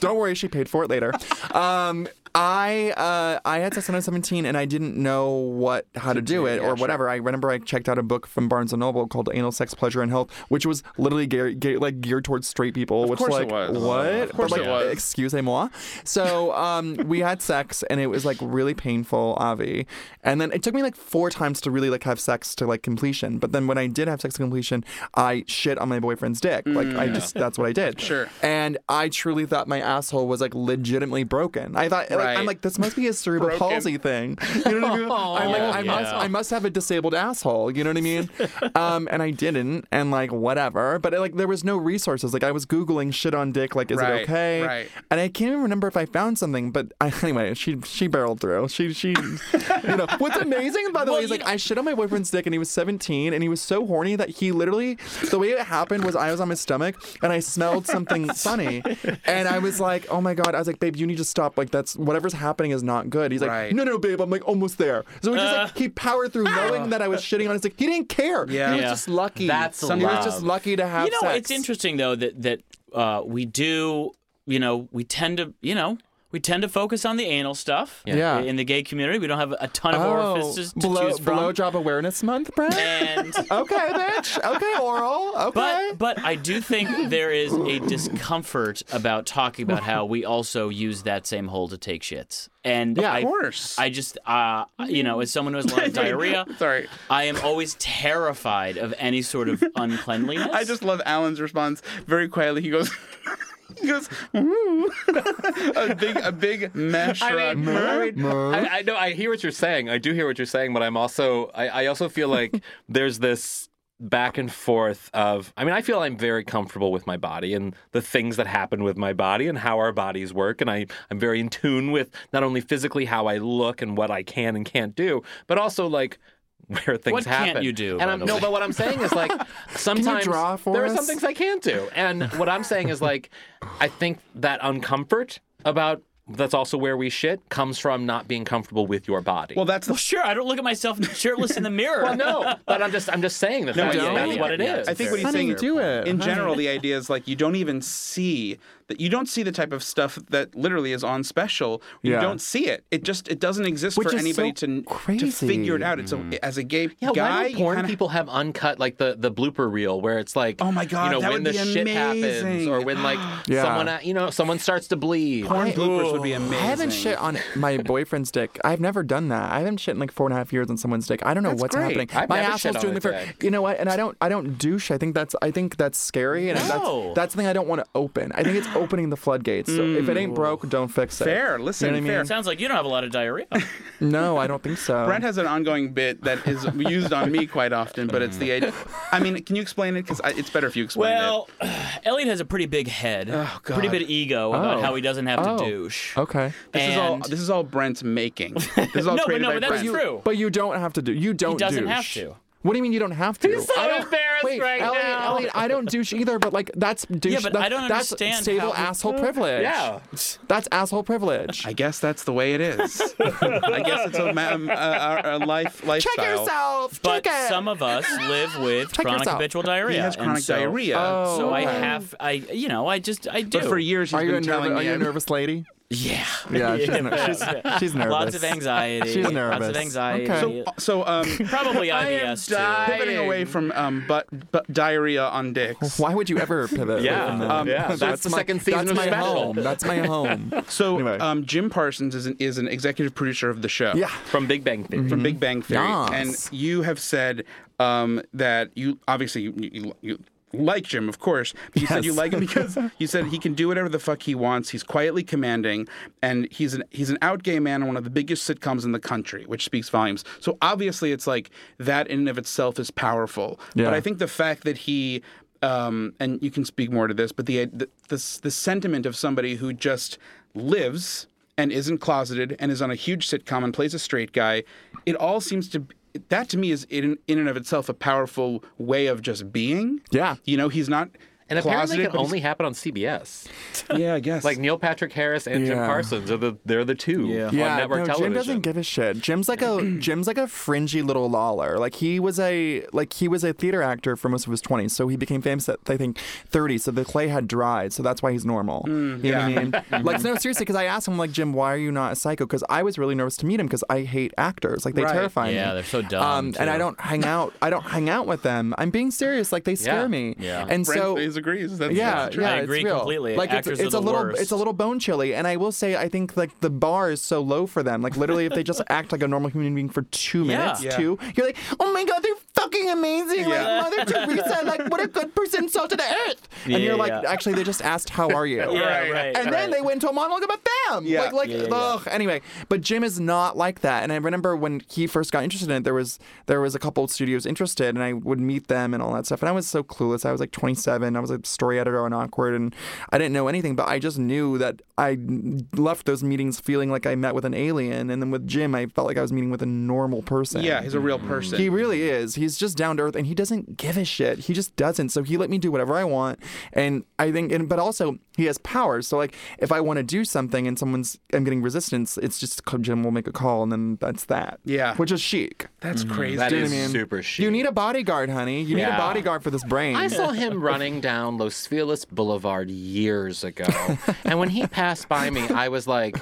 Speaker 1: Don't worry, she paid for it later. Um, I uh, I had sex when I was 17 and I didn't know what how to do it or whatever. I remember I checked out a book from Barnes and Noble called Anal Sex, Pleasure, and Health, which was literally geared, geared, like geared towards straight people. which
Speaker 2: course
Speaker 1: like
Speaker 2: it was.
Speaker 1: what?
Speaker 2: Of
Speaker 1: But,
Speaker 2: course
Speaker 1: like,
Speaker 2: it was.
Speaker 1: Excusez-moi. So um, we had sex and it was like really painful, Avi. And then it took me like four times to really like have sex to like completion. But then when I did have sex to completion, I shit on my boyfriend's dick. Like I just that's what I did.
Speaker 2: Mm. Sure.
Speaker 1: And I truly thought my asshole was like legitimately broken. I thought like, I'm
Speaker 2: Right.
Speaker 1: like this must be a cerebral
Speaker 2: Broken.
Speaker 1: palsy thing. You know what I mean? I'm
Speaker 4: Oh.
Speaker 1: like I must
Speaker 3: Yeah.
Speaker 1: I must have a disabled asshole. You know what I mean? um, and I didn't. And like whatever. But like there was no resources. Like I was googling shit on dick. Like is
Speaker 2: Right,
Speaker 1: it okay?
Speaker 2: right.
Speaker 1: And I can't even remember if I found something, but I, [laughs] anyway, she she barreled through. She she, you know, what's amazing by the way is
Speaker 3: you
Speaker 1: like I shit on my boyfriend's dick, and he was 17, and he was so horny that he literally, the way it happened was I was on my stomach and I smelled something funny, and I was like, oh my god, I was like, babe, you need to stop. Like that's whatever's happening is not good. He's like,
Speaker 2: Right.
Speaker 1: no no, babe, I'm like almost there. So he just
Speaker 3: Uh.
Speaker 1: like he powered through, knowing that I
Speaker 3: [laughs]
Speaker 1: was shitting on. It's like he didn't care.
Speaker 2: Yeah.
Speaker 1: he was
Speaker 2: Yeah.
Speaker 1: just lucky.
Speaker 4: That's
Speaker 1: he was just
Speaker 4: love.
Speaker 1: lucky to have.
Speaker 3: you know,
Speaker 1: sex.
Speaker 3: it's interesting though that that uh, we do. You know, we tend to. You know, we tend to focus on the anal stuff.
Speaker 1: Yeah. Oh,
Speaker 3: In the gay community, we don't have a ton of orifices to
Speaker 1: blow,
Speaker 3: choose from.
Speaker 1: blowjob awareness month,
Speaker 3: [laughs]
Speaker 1: Brad.
Speaker 3: and
Speaker 1: okay, bitch. Okay, oral. Okay.
Speaker 3: But but I do think there is a discomfort about talking about how we also use that same hole to take shits. And
Speaker 1: Yeah,
Speaker 3: I,
Speaker 1: of
Speaker 2: course.
Speaker 3: I just uh, you know, as someone who has a lot of diarrhea,
Speaker 2: Sorry.
Speaker 3: I am always terrified of any sort of uncleanliness.
Speaker 2: I just love Alan's response. Very quietly, he goes, [laughs] he goes, "Ooh." [laughs] a big, a big mesh.
Speaker 4: I mean, I, mean, I, I know I hear what you're saying. I do hear what you're saying, but I'm also I, I
Speaker 3: [laughs]
Speaker 4: also feel like there's this back and forth of I mean, I feel I'm very comfortable with my body and the things that happen with my body and how our bodies work. And I, I'm very in tune with not only physically how I look and what I can and can't do, but also like [laughs] where things
Speaker 3: What can't
Speaker 4: happen.
Speaker 3: you do,
Speaker 4: And
Speaker 3: by
Speaker 4: I'm
Speaker 3: the
Speaker 4: no,
Speaker 3: way?
Speaker 4: but what I'm saying
Speaker 3: [laughs]
Speaker 4: is like sometimes
Speaker 1: draw for
Speaker 4: there are some
Speaker 1: us?
Speaker 4: things things I can do. And what I'm saying is like, I think that uncomfort about that's also where we shit comes from not being comfortable with your body.
Speaker 2: Well, that's the
Speaker 3: well, sure. I don't look at myself shirtless in the mirror.
Speaker 4: no, but I'm just I'm just saying that that's,
Speaker 2: yeah, yeah,
Speaker 4: that's
Speaker 2: yeah,
Speaker 4: what it is.
Speaker 3: yeah.
Speaker 2: I think what he's
Speaker 1: Honey,
Speaker 2: saying
Speaker 1: do it.
Speaker 2: in
Speaker 1: Honey.
Speaker 2: general, the idea is like you don't even see that you don't see the type of stuff that literally is on special. You
Speaker 1: Yeah.
Speaker 2: don't see it. It just it doesn't exist
Speaker 1: Which
Speaker 2: for
Speaker 1: is
Speaker 2: anybody
Speaker 1: so
Speaker 2: to to
Speaker 1: crazy.
Speaker 2: figure it out. It's
Speaker 3: Mm-hmm.
Speaker 2: a, as a gay
Speaker 4: Yeah,
Speaker 2: guy,
Speaker 4: why
Speaker 2: you
Speaker 4: do porn
Speaker 2: kinda-
Speaker 4: people have uncut like the the blooper reel where it's like,
Speaker 2: Oh my God,
Speaker 4: you know,
Speaker 2: that
Speaker 4: when
Speaker 2: would
Speaker 4: the
Speaker 2: be
Speaker 4: shit happens
Speaker 2: amazing.
Speaker 4: or
Speaker 2: [gasps]
Speaker 4: when like
Speaker 1: Yeah.
Speaker 4: someone uh, you know someone starts to bleed. [laughs]
Speaker 2: porn bloopers would be amazing.
Speaker 1: I haven't shit on my boyfriend's dick. I've never done that. I haven't shit in like four and a half years on someone's dick. I don't know what's
Speaker 2: great.
Speaker 1: happening.
Speaker 4: I've
Speaker 1: my
Speaker 4: never shit
Speaker 1: asshole's
Speaker 4: on
Speaker 1: doing
Speaker 4: a
Speaker 1: me for
Speaker 4: dick.
Speaker 1: you know what? And I don't I don't douche. I think that's I think that's scary and
Speaker 3: No.
Speaker 1: that's that's something I don't want to open. I think it's opening the floodgates. So if it ain't broke, don't fix it.
Speaker 2: Fair. Listen,
Speaker 1: what I mean?
Speaker 2: fair.
Speaker 3: Sounds like you don't have a lot of diarrhea.
Speaker 1: No, I don't think so.
Speaker 2: Brent has an ongoing bit that is used on me quite often, but it's the idea. I mean, can you explain it? Because it's better if you explain
Speaker 3: Mm. Well, Elliot has a pretty big head, oh,
Speaker 2: God.
Speaker 3: pretty big ego about
Speaker 1: Oh.
Speaker 3: how he doesn't have
Speaker 1: Oh.
Speaker 3: to douche.
Speaker 1: Okay.
Speaker 2: it. This is all
Speaker 3: and-
Speaker 2: this is all Brent's making. This
Speaker 3: [laughs]
Speaker 2: is all
Speaker 3: No, but
Speaker 2: created
Speaker 3: no,
Speaker 2: by
Speaker 3: but that's
Speaker 2: Brent.
Speaker 3: true.
Speaker 1: But you don't have to do. You don't.
Speaker 3: doesn't have
Speaker 1: douche.
Speaker 3: to.
Speaker 1: What do you mean you don't have to? I don't-
Speaker 4: embarrassed
Speaker 1: Wait, Elliot, Elliot, I don't douche either, but like that's douche.
Speaker 3: but
Speaker 1: that's,
Speaker 3: I don't
Speaker 1: that's
Speaker 3: understand
Speaker 1: stable
Speaker 3: how-
Speaker 1: asshole privilege.
Speaker 4: Yeah.
Speaker 1: That's asshole privilege.
Speaker 2: I guess that's the way it is. I guess it's a, ma- a, a, a life lifestyle.
Speaker 1: Check yourself.
Speaker 3: But
Speaker 1: Check it.
Speaker 3: some of us live with
Speaker 1: [gasps] Check
Speaker 3: chronic
Speaker 1: yourself.
Speaker 3: habitual diarrhea.
Speaker 2: He has
Speaker 3: and
Speaker 2: chronic
Speaker 3: so-
Speaker 2: diarrhea.
Speaker 1: Oh,
Speaker 3: So I
Speaker 1: okay.
Speaker 3: have, I you know, I just I do.
Speaker 2: but for years he's
Speaker 1: Are you, a
Speaker 2: been
Speaker 1: nervous,
Speaker 2: telling
Speaker 1: are
Speaker 2: me.
Speaker 1: you a
Speaker 2: I'm-
Speaker 1: nervous lady?
Speaker 3: yeah,
Speaker 1: Yeah, she's, ner- she's, she's nervous.
Speaker 3: lots of anxiety.
Speaker 1: She's
Speaker 3: Lots of
Speaker 1: nervous.
Speaker 3: anxiety.
Speaker 1: Okay.
Speaker 2: so
Speaker 1: [laughs]
Speaker 2: um,
Speaker 3: Probably IBS too.
Speaker 2: pivoting away from um, but, but diarrhea on dicks.
Speaker 1: Why would you ever pivot? away
Speaker 4: Yeah,
Speaker 1: from that? [laughs]
Speaker 4: um, yeah, that's the
Speaker 1: my,
Speaker 4: second season
Speaker 1: that's
Speaker 4: of
Speaker 1: my
Speaker 4: Special.
Speaker 1: home. That's my home.
Speaker 2: So
Speaker 1: Anyway.
Speaker 2: um, Jim Parsons is an, is an executive producer of the show.
Speaker 1: Yeah. Mm-hmm.
Speaker 4: From Big Bang Theory.
Speaker 2: from Big Bang Theory,
Speaker 1: Yes.
Speaker 2: and you have said um, that you obviously you, you, you like Jim, of course. But you said you
Speaker 1: Yes.
Speaker 2: like him [laughs] because you said he can do whatever the fuck he wants. He's quietly commanding, and he's an he's an out gay man on one of the biggest sitcoms in the country, which speaks volumes. So obviously, it's like that in and of itself is powerful.
Speaker 1: Yeah.
Speaker 2: But I think the fact that he um, and you can speak more to this, but the, the the the sentiment of somebody who just lives and isn't closeted and is on a huge sitcom and plays a straight guy, it all seems to that to me is in in and of itself a powerful way of just being.
Speaker 1: Yeah.
Speaker 2: you know, he's not.
Speaker 4: And apparently it
Speaker 2: Closeted,
Speaker 4: can
Speaker 2: but he's- [laughs]
Speaker 4: only happen on CBS.
Speaker 2: Yeah, I guess.
Speaker 4: Like Neil Patrick Harris and Jim
Speaker 1: Yeah.
Speaker 4: Parsons are the they're the two
Speaker 2: Yeah.
Speaker 4: on
Speaker 1: Yeah,
Speaker 4: network
Speaker 1: no,
Speaker 4: television.
Speaker 1: Jim doesn't give a shit. Jim's like a Jim's like a fringy little lawler. Like he was a like he was a theater actor for most of his twenties, so he became famous at I think thirty. So the clay had dried, so that's why he's normal. you know
Speaker 2: yeah.
Speaker 1: what I mean? like no, seriously, because I asked him like Jim, why are you not a psycho? Because I was really nervous to meet him because I hate actors. Like they
Speaker 2: Right.
Speaker 1: terrify me.
Speaker 3: Yeah, they're so dumb,
Speaker 1: Um, and I
Speaker 3: too.
Speaker 1: don't hang out. I don't hang out with them. I'm being serious. Like they scare
Speaker 4: Yeah.
Speaker 1: me.
Speaker 3: Yeah.
Speaker 1: And
Speaker 2: Brent
Speaker 1: so
Speaker 2: Faze agrees. That's
Speaker 1: yeah,
Speaker 2: that's true.
Speaker 1: yeah,
Speaker 3: I
Speaker 1: it's
Speaker 3: agree
Speaker 1: real.
Speaker 3: completely.
Speaker 1: Like
Speaker 3: Actors
Speaker 1: it's,
Speaker 3: are
Speaker 1: it's
Speaker 3: the
Speaker 1: a little,
Speaker 3: worst.
Speaker 1: it's a little bone chilly, and I will say, I think like the bar is so low for them. Like literally, if
Speaker 3: [laughs]
Speaker 1: they just act like a normal human being for two
Speaker 3: Yeah.
Speaker 1: minutes,
Speaker 2: Yeah.
Speaker 1: two, you're like, oh my god, they're fucking amazing,
Speaker 2: Yeah.
Speaker 1: like Mother Teresa, like what a good person, salt of the earth.
Speaker 3: Yeah,
Speaker 1: and you're like,
Speaker 3: yeah.
Speaker 1: actually, they just asked, how are you?
Speaker 3: Yeah,
Speaker 2: [laughs] Right.
Speaker 3: right.
Speaker 1: And
Speaker 3: right.
Speaker 1: then they went to a monologue about them.
Speaker 2: Yeah.
Speaker 1: Like, like,
Speaker 3: Yeah, yeah, yeah.
Speaker 1: ugh. Anyway, but Jim is not like that. And I remember when he first got interested in it, there was there was a couple studios interested, and I would meet them and all that stuff. And I was so clueless. I was like 27. I was a story editor on Awkward, and I didn't know anything. But I just knew that I left those meetings feeling like I met with an alien. And then with Jim, I felt like I was meeting with a normal person.
Speaker 2: Yeah, he's a real person.
Speaker 1: He really is. He's just down to earth, and he doesn't give a shit. He just doesn't. So he let me do whatever I want, and I think, and but also he has powers. So like, if I want to do something and someone's, I'm getting resistance. It's just c- Jim will make a call, and then that's that.
Speaker 2: Yeah.
Speaker 1: which is chic.
Speaker 2: That's Mm-hmm. crazy.
Speaker 4: That is
Speaker 1: mean?
Speaker 4: super shit.
Speaker 1: You need a bodyguard, honey. You need
Speaker 4: Yeah.
Speaker 1: a bodyguard for this brain.
Speaker 4: I saw
Speaker 1: [laughs]
Speaker 4: him running down Los Feliz Boulevard years
Speaker 1: [laughs]
Speaker 4: ago. and when he passed by me, I was like,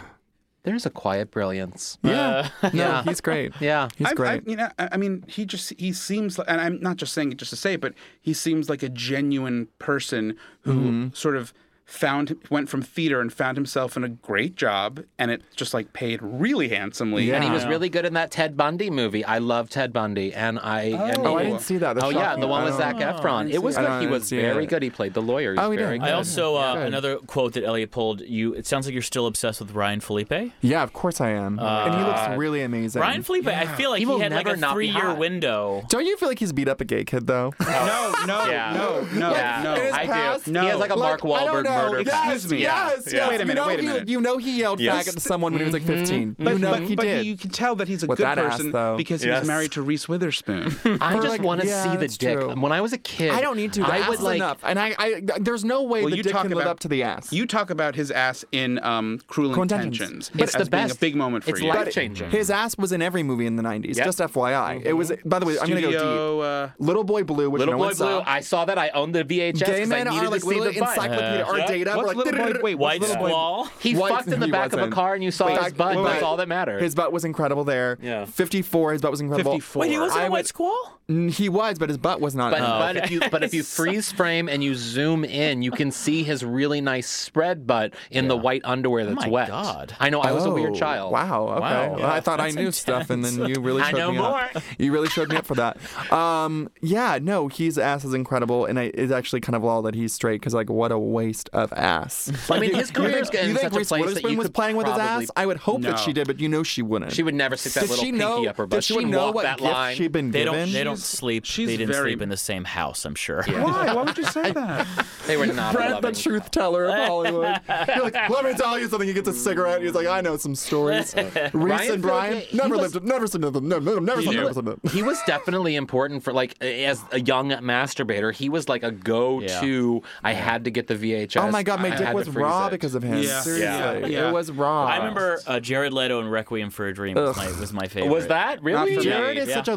Speaker 4: there's a quiet brilliance.
Speaker 1: yeah, no,
Speaker 4: Uh, yeah.
Speaker 1: he's great.
Speaker 4: Yeah.
Speaker 1: he's
Speaker 2: I, I,
Speaker 1: great.
Speaker 2: you know, I I mean, he just he seems, like, and I'm not just saying it just to say it, but he seems like a genuine person who sort of found went from theater and found himself in a great job, and it just like paid really handsomely.
Speaker 1: Yeah.
Speaker 4: And he was
Speaker 3: Yeah.
Speaker 4: really good in that Ted Bundy movie. I love Ted Bundy. And I. and
Speaker 2: Oh.
Speaker 1: oh, I
Speaker 4: he-
Speaker 1: didn't see that. That's
Speaker 4: oh, yeah.
Speaker 1: shocking.
Speaker 4: The one
Speaker 1: I
Speaker 4: with
Speaker 1: don't-
Speaker 4: Zach Efron. It was
Speaker 1: it. I
Speaker 4: good. He
Speaker 1: don't
Speaker 4: was
Speaker 1: see it.
Speaker 4: very good. He played the lawyer. He was
Speaker 1: Oh, he
Speaker 4: very
Speaker 1: did.
Speaker 4: good.
Speaker 3: I also uh,
Speaker 1: Good.
Speaker 3: another quote that Elliot pulled. You. It sounds like you're still obsessed with Ryan Felipe.
Speaker 1: Yeah, of course I am. and he
Speaker 4: Uh,
Speaker 1: looks really amazing.
Speaker 3: Ryan Felipe. I feel like
Speaker 4: He
Speaker 3: he,
Speaker 4: will
Speaker 3: had like
Speaker 4: never
Speaker 3: a
Speaker 4: not be
Speaker 3: three-year
Speaker 4: hot.
Speaker 3: window.
Speaker 1: don't you feel like he's beat up a gay kid though?
Speaker 4: [laughs]
Speaker 2: No, no,
Speaker 4: Yeah.
Speaker 2: no, no,
Speaker 4: Yeah.
Speaker 2: no.
Speaker 1: It is
Speaker 4: I
Speaker 1: past.
Speaker 4: do.
Speaker 2: No.
Speaker 4: He has like a Mark
Speaker 1: Like, I don't
Speaker 4: Wahlberg
Speaker 1: know.
Speaker 4: murder.
Speaker 1: Yes,
Speaker 4: pact.
Speaker 2: Excuse me.
Speaker 1: Yes,
Speaker 2: Yeah.
Speaker 1: yes.
Speaker 2: Wait a minute,
Speaker 1: You know,
Speaker 2: wait a
Speaker 1: he-
Speaker 2: minute.
Speaker 1: You, know he yelled
Speaker 4: Yes.
Speaker 1: faggot to someone when he was like 15.
Speaker 2: But,
Speaker 1: you know
Speaker 2: but,
Speaker 1: he
Speaker 2: but
Speaker 1: did.
Speaker 2: you can tell that he's a
Speaker 1: With
Speaker 2: good
Speaker 1: that ass,
Speaker 2: person
Speaker 1: though.
Speaker 2: because he
Speaker 4: Yes.
Speaker 2: was married to Reese [laughs] Witherspoon.
Speaker 4: I
Speaker 1: For,
Speaker 4: just
Speaker 1: like-
Speaker 4: want to
Speaker 1: yeah,
Speaker 4: see the
Speaker 1: that's
Speaker 4: dick.
Speaker 1: true.
Speaker 4: When I was a kid,
Speaker 1: I don't need to. The
Speaker 4: I
Speaker 1: ass
Speaker 4: would
Speaker 1: is
Speaker 4: like.
Speaker 1: enough. And I, I, there's no way
Speaker 2: Well,
Speaker 1: the
Speaker 2: you
Speaker 1: dick
Speaker 2: talk
Speaker 1: can live
Speaker 2: about-
Speaker 1: up to the ass.
Speaker 2: you talk about his ass in um, Cruel
Speaker 1: Cruel Intentions.
Speaker 2: Intentions.
Speaker 4: It's
Speaker 2: as
Speaker 4: the
Speaker 2: being
Speaker 4: best.
Speaker 2: a big moment for
Speaker 4: It's
Speaker 2: you.
Speaker 4: life
Speaker 1: But
Speaker 4: changing.
Speaker 1: His ass was in every movie in the 90s.
Speaker 4: Yep.
Speaker 1: Just FYI, it was. By the way, I'm gonna go deep.
Speaker 2: Studio, uh,
Speaker 1: Little Boy Blue, which
Speaker 4: Little
Speaker 1: no
Speaker 4: Boy
Speaker 1: one
Speaker 4: Blue.
Speaker 1: saw.
Speaker 4: I saw that. I owned the VHS.
Speaker 1: Gay
Speaker 4: 'cause
Speaker 1: men
Speaker 4: I needed
Speaker 1: are like
Speaker 4: to see
Speaker 1: little
Speaker 4: the butt.
Speaker 1: encyclopedia. Our
Speaker 3: Yeah.
Speaker 1: data.
Speaker 2: What's
Speaker 1: like,
Speaker 2: Little Boy- wait, what's
Speaker 3: White
Speaker 2: Little Boy-
Speaker 3: Squall.
Speaker 4: He
Speaker 1: Why-
Speaker 4: fucked in the
Speaker 1: he
Speaker 4: back of a
Speaker 1: wasn't.
Speaker 4: car and you saw his
Speaker 1: Wait,
Speaker 4: butt.
Speaker 1: wait,
Speaker 4: That's
Speaker 1: wait.
Speaker 4: all that mattered.
Speaker 1: His butt was incredible there.
Speaker 3: Yeah.
Speaker 1: 54. His butt was incredible.
Speaker 2: 54.
Speaker 3: Wait, he wasn't
Speaker 1: I
Speaker 3: a
Speaker 1: would-
Speaker 3: white squall.
Speaker 1: Mm, He was, but his butt was not.
Speaker 4: but,
Speaker 1: in it.
Speaker 4: but if you but
Speaker 1: [laughs]
Speaker 4: if you freeze frame and you zoom in, you can see his really nice spread butt in the white underwear that's
Speaker 3: my
Speaker 4: wet.
Speaker 3: God.
Speaker 4: I know. I was a weird
Speaker 1: Oh,
Speaker 4: child.
Speaker 1: Wow. Okay.
Speaker 3: Wow.
Speaker 1: Well, I thought
Speaker 3: That's
Speaker 1: I knew stuff, and then you really
Speaker 3: I
Speaker 1: showed
Speaker 3: know
Speaker 1: me
Speaker 3: more.
Speaker 1: up. You really showed me up for that. Um, yeah. No, his ass is incredible, and I, it's actually kind of all that he's straight because, like, what a waste of ass.
Speaker 4: [laughs] I mean, his career's
Speaker 1: you
Speaker 4: in
Speaker 1: think
Speaker 4: such a
Speaker 1: Reese
Speaker 4: place that
Speaker 1: Witherspoon
Speaker 4: you
Speaker 1: was
Speaker 4: could
Speaker 1: playing with his
Speaker 4: probably-
Speaker 1: ass? I would hope that
Speaker 2: No.
Speaker 1: she did, but you know she wouldn't.
Speaker 4: She would never stick that
Speaker 1: did
Speaker 4: little
Speaker 1: she
Speaker 4: pinky
Speaker 1: know?
Speaker 4: up her butt.
Speaker 1: Did she,
Speaker 4: wouldn't
Speaker 1: know
Speaker 4: walk
Speaker 1: what
Speaker 4: that
Speaker 1: gift
Speaker 4: line.
Speaker 1: she'd been
Speaker 3: They
Speaker 1: given?
Speaker 3: don't. They don't sleep.
Speaker 2: she's
Speaker 3: They didn't
Speaker 2: very-
Speaker 3: sleep in the same house. I'm sure. [laughs]
Speaker 2: Why? Why would you [laughs] say that?
Speaker 4: They were not
Speaker 1: Brent, the
Speaker 4: loving.
Speaker 1: truth teller
Speaker 4: [laughs]
Speaker 1: of Hollywood. You're like, let me tell you something. He gets a cigarette. He's like, I know some stories.
Speaker 4: [laughs]
Speaker 1: Reese
Speaker 4: Ryan
Speaker 1: and Brian
Speaker 4: Phillippe, he
Speaker 1: never
Speaker 4: was-
Speaker 1: lived, never seen them, never, never seen them, never seen them.
Speaker 4: he was definitely important for like as a young masturbator. He was like a go-to. I had to get the VHS.
Speaker 1: Oh my god, my
Speaker 4: I
Speaker 1: dick
Speaker 4: had to
Speaker 1: was
Speaker 4: freeze
Speaker 1: raw
Speaker 4: it.
Speaker 1: because of him.
Speaker 2: Yeah.
Speaker 1: Seriously,
Speaker 2: Yeah. Yeah.
Speaker 1: it was raw.
Speaker 3: I remember uh, Jared Leto in Requiem for a Dream was my, was my favorite.
Speaker 4: Was that really?
Speaker 2: for me.
Speaker 1: Jared is
Speaker 3: Yeah.
Speaker 1: such a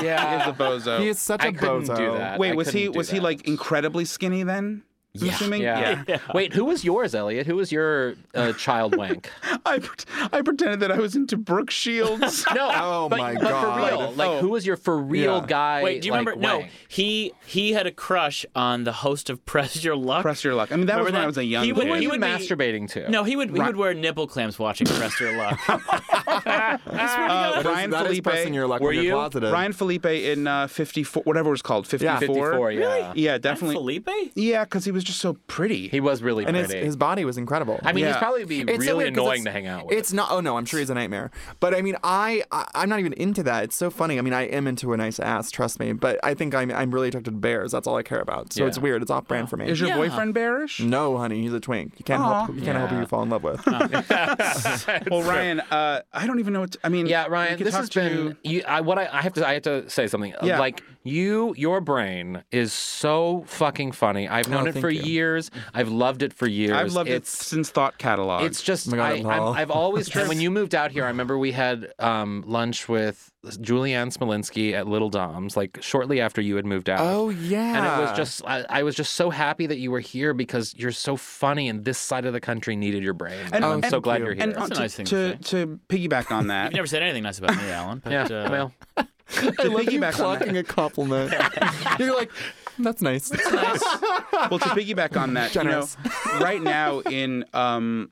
Speaker 4: [laughs] Yeah.
Speaker 2: He is a bozo.
Speaker 1: He is such a
Speaker 4: I couldn't
Speaker 1: bozo.
Speaker 4: do that.
Speaker 2: Wait,
Speaker 4: I
Speaker 2: was he
Speaker 4: couldn't do
Speaker 2: was he
Speaker 4: that.
Speaker 2: like incredibly skinny then? I'm assuming?
Speaker 4: Yeah. Wait, who was yours, Elliot? Who was your uh, child wank?
Speaker 2: [laughs] I pre- I pretended that I was into Brooke
Speaker 1: [laughs]
Speaker 2: Shields.
Speaker 4: No.
Speaker 1: Oh
Speaker 4: but,
Speaker 1: my
Speaker 4: but
Speaker 1: God.
Speaker 4: for real, like
Speaker 2: Oh.
Speaker 4: who was your for real
Speaker 1: Yeah.
Speaker 4: guy?
Speaker 3: Wait, do you
Speaker 4: like,
Speaker 3: remember? No,
Speaker 4: wank?
Speaker 3: he he had a crush on the host of Press Your Luck.
Speaker 2: Press your luck. I mean, that was
Speaker 3: Remember
Speaker 2: when
Speaker 3: that?
Speaker 2: I was a young
Speaker 3: He would-
Speaker 4: Who
Speaker 2: boy.
Speaker 4: were you
Speaker 3: be-
Speaker 4: masturbating to?
Speaker 3: No, he would he would wear nipple clamps watching Press Your Luck.
Speaker 2: uh, Ryan
Speaker 1: That is
Speaker 2: Felipe.
Speaker 1: pressing your luck
Speaker 4: were
Speaker 1: when you're
Speaker 4: you?
Speaker 1: closeted.
Speaker 2: Ryan Felipe in uh, 54, whatever it was called, 54.
Speaker 4: 54, yeah. Really?
Speaker 2: Yeah, definitely.
Speaker 3: Felipe?
Speaker 2: Yeah, because he was just so pretty.
Speaker 4: He was really
Speaker 1: and his,
Speaker 4: pretty.
Speaker 1: his body was incredible.
Speaker 4: I mean,
Speaker 2: Yeah.
Speaker 4: he'd probably be
Speaker 1: It's so
Speaker 4: really
Speaker 1: weird 'cause
Speaker 4: annoying to
Speaker 1: it's-
Speaker 4: hang out with.
Speaker 1: It's not. Oh no, I'm sure he's a nightmare. But I mean, I, I I'm not even into that. It's so funny. I mean, I am into a nice ass. Trust me. But I think I'm I'm really attracted to bears. That's all I care about. So it's weird. It's off brand for me.
Speaker 2: is your
Speaker 3: Yeah.
Speaker 2: boyfriend bearish?
Speaker 1: no, honey, he's a twink. You can't help. You can't help who you fall in
Speaker 4: [laughs]
Speaker 1: love with.
Speaker 4: Uh,
Speaker 2: Well, Ryan, uh, I don't even know what. To, I mean,
Speaker 4: Yeah,
Speaker 2: we
Speaker 4: Ryan,
Speaker 2: could
Speaker 4: this
Speaker 2: talk
Speaker 4: has
Speaker 2: to
Speaker 4: been you, I, what I, I have to. I have to say something.
Speaker 2: Yeah.
Speaker 4: Like You, your brain is so fucking funny. I've known it
Speaker 1: Oh, thank
Speaker 4: for
Speaker 1: you.
Speaker 4: years. I've loved it for years.
Speaker 2: I've loved
Speaker 4: it's,
Speaker 2: it since Thought Catalog.
Speaker 4: It's just
Speaker 1: my God,
Speaker 4: I,
Speaker 1: Paul.
Speaker 4: I'm, I've always [laughs] and when you moved out here, I remember we had um, lunch with Julianne Smolinski at Little Dom's, like shortly after you had moved out.
Speaker 1: Oh yeah.
Speaker 4: And it was just, I, I was just so happy that you were here because you're so funny and this side of the country needed your brain. And, I'm so glad you're here.
Speaker 2: And on-
Speaker 3: a
Speaker 2: to,
Speaker 3: nice thing
Speaker 2: to,
Speaker 3: to
Speaker 2: to piggyback on that,
Speaker 3: [laughs] You've never said anything nice about me, Alan. But,
Speaker 4: yeah,
Speaker 3: uh,
Speaker 4: well,
Speaker 1: I love you
Speaker 2: piggyback on that-
Speaker 1: clocking a compliment. [laughs] You're like, that's nice.
Speaker 2: well, to piggyback on that, you know,
Speaker 1: Generous.
Speaker 2: right now in um,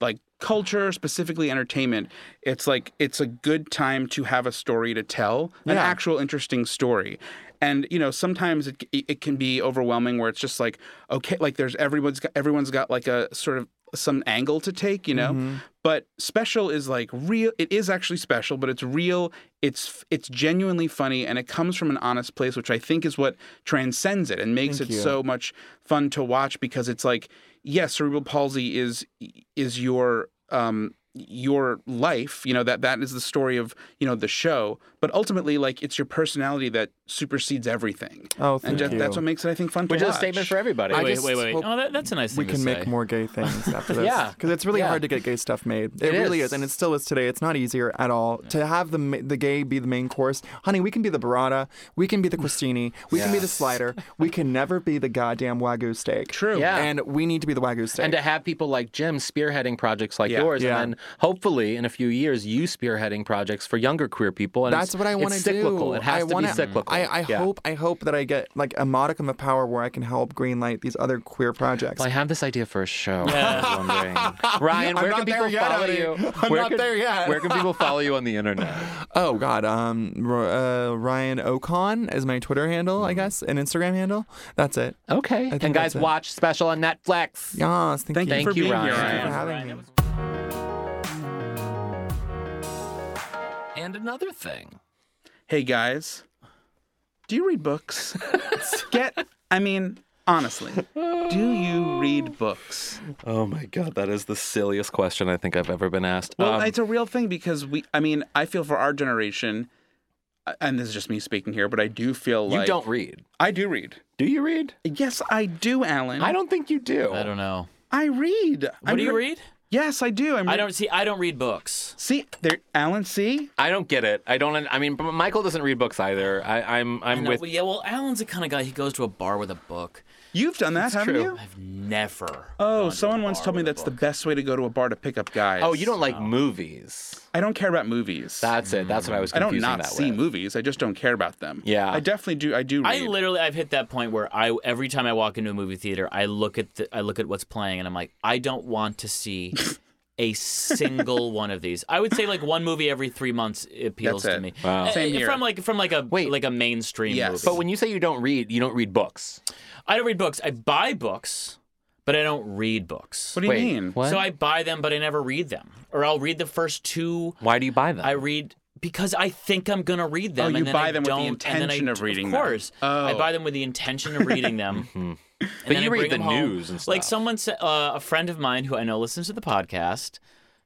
Speaker 2: like culture, specifically entertainment, it's like it's a good time to have a story to tell, an
Speaker 1: Yeah.
Speaker 2: actual interesting story. And you know, sometimes it it can be overwhelming where it's just like okay, like there's everyone's got, everyone's got like a sort of some angle to take, you know.
Speaker 1: Mm-hmm.
Speaker 2: But special is like real. It is actually special, but it's real. It's it's genuinely funny, and it comes from an honest place, which I think is what transcends it and makes it so much fun to watch because it's like yes, cerebral palsy is is your um your life you know that that is the story of you know the show but ultimately like it's your personality that supersedes everything
Speaker 1: Oh, thank
Speaker 2: and just,
Speaker 1: you.
Speaker 2: that's what makes it i think fun
Speaker 4: which
Speaker 2: to
Speaker 4: is
Speaker 2: watch
Speaker 4: a statement for everybody.
Speaker 1: I
Speaker 3: wait,
Speaker 1: just
Speaker 3: wait, wait,
Speaker 1: hope
Speaker 3: Oh, that, that's a nice
Speaker 1: we
Speaker 3: thing to
Speaker 1: can make
Speaker 3: say.
Speaker 1: more gay things
Speaker 4: [laughs]
Speaker 1: after this.
Speaker 4: Yeah.
Speaker 1: because it's really
Speaker 4: Yeah.
Speaker 1: hard to get gay stuff made. It,
Speaker 4: It
Speaker 1: really
Speaker 4: is.
Speaker 1: is. and it still is today. It's not easier at all to have the ma- the gay be the main course. Honey, we can be the burrata, we can be the crostini, we can be the
Speaker 4: Yes.
Speaker 1: slider. We can never be the goddamn wagyu steak.
Speaker 2: true
Speaker 4: Yeah.
Speaker 1: and we need to be the wagyu steak.
Speaker 4: and to have people like Jim spearheading projects like
Speaker 2: Yeah.
Speaker 4: yours,
Speaker 1: Yeah.
Speaker 4: and then hopefully in a few years you spearheading projects for younger queer people. And
Speaker 1: That's
Speaker 4: it's-
Speaker 1: what I want to
Speaker 4: It's
Speaker 1: do.
Speaker 4: cyclical. It has
Speaker 1: I
Speaker 4: to
Speaker 1: wanna,
Speaker 4: be cyclical.
Speaker 1: I, I
Speaker 4: Yeah.
Speaker 1: hope I hope that I get like a modicum of power where I can help greenlight these other queer projects.
Speaker 4: Well, I have this idea for a show. I was wondering. Ryan, where
Speaker 1: I'm
Speaker 4: can
Speaker 1: not there
Speaker 4: people
Speaker 1: yet,
Speaker 4: follow
Speaker 1: Ellie.
Speaker 4: you?
Speaker 1: I'm
Speaker 4: where
Speaker 1: not
Speaker 4: can,
Speaker 1: there yet.
Speaker 4: where can people follow you on the internet?
Speaker 1: Oh God, um, R- uh, Ryan Ocon is my Twitter handle,
Speaker 4: Mm-hmm.
Speaker 1: I guess, an Instagram handle. That's it.
Speaker 4: Okay.
Speaker 1: think
Speaker 4: And guys,
Speaker 1: that's it.
Speaker 4: watch special on Netflix.
Speaker 1: Yes, thank,
Speaker 2: thank,
Speaker 1: you.
Speaker 2: you for
Speaker 4: Thank you,
Speaker 2: being
Speaker 4: Ryan.
Speaker 2: here
Speaker 1: Thank you for
Speaker 2: Ryan.
Speaker 1: having me.
Speaker 4: And another thing.
Speaker 2: hey guys do you read
Speaker 4: [laughs]
Speaker 2: books get i mean honestly do you read books
Speaker 4: Oh my God, that is the silliest question I think I've ever been asked.
Speaker 2: well
Speaker 4: Um,
Speaker 2: it's a real thing because we i mean i feel for our generation uh, and this is just me speaking here but i do feel
Speaker 4: you
Speaker 2: like
Speaker 4: don't read.
Speaker 2: i do read
Speaker 4: Do you read?
Speaker 2: yes i do alan
Speaker 4: I don't think you do.
Speaker 3: I don't know.
Speaker 2: I read.
Speaker 3: What do you read?
Speaker 2: Yes, I do. I'm
Speaker 3: I don't see. I don't read books.
Speaker 2: see there, Alan. See,
Speaker 4: I don't get it. I don't. I mean, but Michael doesn't read books either. I, I'm. I'm
Speaker 3: No,
Speaker 4: with.
Speaker 3: well, yeah, well, Alan's the kind of guy he goes to a bar with a book.
Speaker 2: you've done that, haven't
Speaker 4: true.
Speaker 2: you?
Speaker 3: I've never.
Speaker 2: Oh,
Speaker 3: gone to
Speaker 2: someone
Speaker 3: a
Speaker 2: once
Speaker 3: bar
Speaker 2: told me
Speaker 3: with a
Speaker 2: that's the
Speaker 3: book.
Speaker 2: best way to go to a bar to pick up guys.
Speaker 4: Oh, you don't like movies.
Speaker 2: I don't care about movies.
Speaker 4: That's it. That's what I was.
Speaker 2: I don't
Speaker 4: confusing
Speaker 2: not
Speaker 4: that
Speaker 2: see
Speaker 4: with.
Speaker 2: movies. I just don't care about them.
Speaker 4: Yeah.
Speaker 2: I definitely do. I do.
Speaker 3: I
Speaker 2: Read.
Speaker 3: literally, I've hit that point where I every time I walk into a movie theater, I look at the, I look at what's playing, and I'm like, I don't want to see
Speaker 2: [laughs]
Speaker 3: a single one of these. I would say like one movie every three months appeals
Speaker 2: That's
Speaker 3: to
Speaker 2: it.
Speaker 3: me.
Speaker 4: Wow.
Speaker 3: Uh,
Speaker 2: Same here.
Speaker 3: From like from like a
Speaker 4: Wait.
Speaker 3: like a mainstream
Speaker 2: Yes.
Speaker 3: movie.
Speaker 4: But when you say you don't read, you don't read books.
Speaker 3: I don't read books. I buy books, but I don't read books.
Speaker 2: What do you
Speaker 4: Wait,
Speaker 2: mean?
Speaker 4: what?
Speaker 3: So I buy them, but I never read them, or I'll read the first two
Speaker 4: Why do you buy them?
Speaker 3: I read because I think I'm gonna read them.
Speaker 2: Oh,
Speaker 3: and
Speaker 2: you
Speaker 3: then
Speaker 2: buy
Speaker 3: I
Speaker 2: them with the
Speaker 3: don't, and then I-
Speaker 2: intention of reading
Speaker 3: Of
Speaker 2: them.
Speaker 3: course, I
Speaker 2: Oh.
Speaker 3: buy them with the intention of reading them. and then
Speaker 4: you
Speaker 3: I
Speaker 4: read
Speaker 3: bring
Speaker 4: the
Speaker 3: them home.
Speaker 4: news and
Speaker 3: Like
Speaker 4: stuff.
Speaker 3: someone said, uh, a friend of mine who I know listens to the podcast.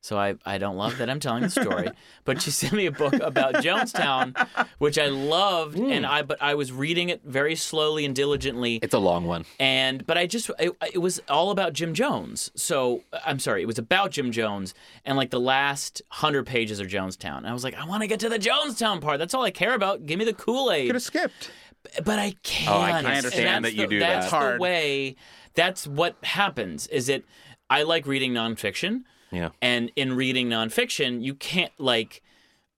Speaker 3: So I, I don't love that I'm telling the story,
Speaker 2: [laughs]
Speaker 3: but she sent me a book about Jonestown, which I loved, and
Speaker 2: Hmm.
Speaker 3: I but I was reading it very slowly and diligently,
Speaker 4: It's a long one.
Speaker 3: and but I just it, it was all about Jim Jones. So I'm sorry, it was about Jim Jones, and like the last hundred pages are Jonestown. And I was like, I want to get to the Jonestown part. That's all I care about. Give me the Kool
Speaker 2: Could
Speaker 3: Aid.
Speaker 2: have skipped.
Speaker 3: But I can't.
Speaker 4: Oh, can't
Speaker 3: And
Speaker 4: understand
Speaker 3: that's
Speaker 4: that you
Speaker 3: the-
Speaker 4: do
Speaker 3: That's
Speaker 4: that.
Speaker 3: the
Speaker 2: Hard.
Speaker 3: way. That's what happens. Is it? I like reading nonfiction,
Speaker 4: Yeah.
Speaker 3: and in reading nonfiction, you can't like.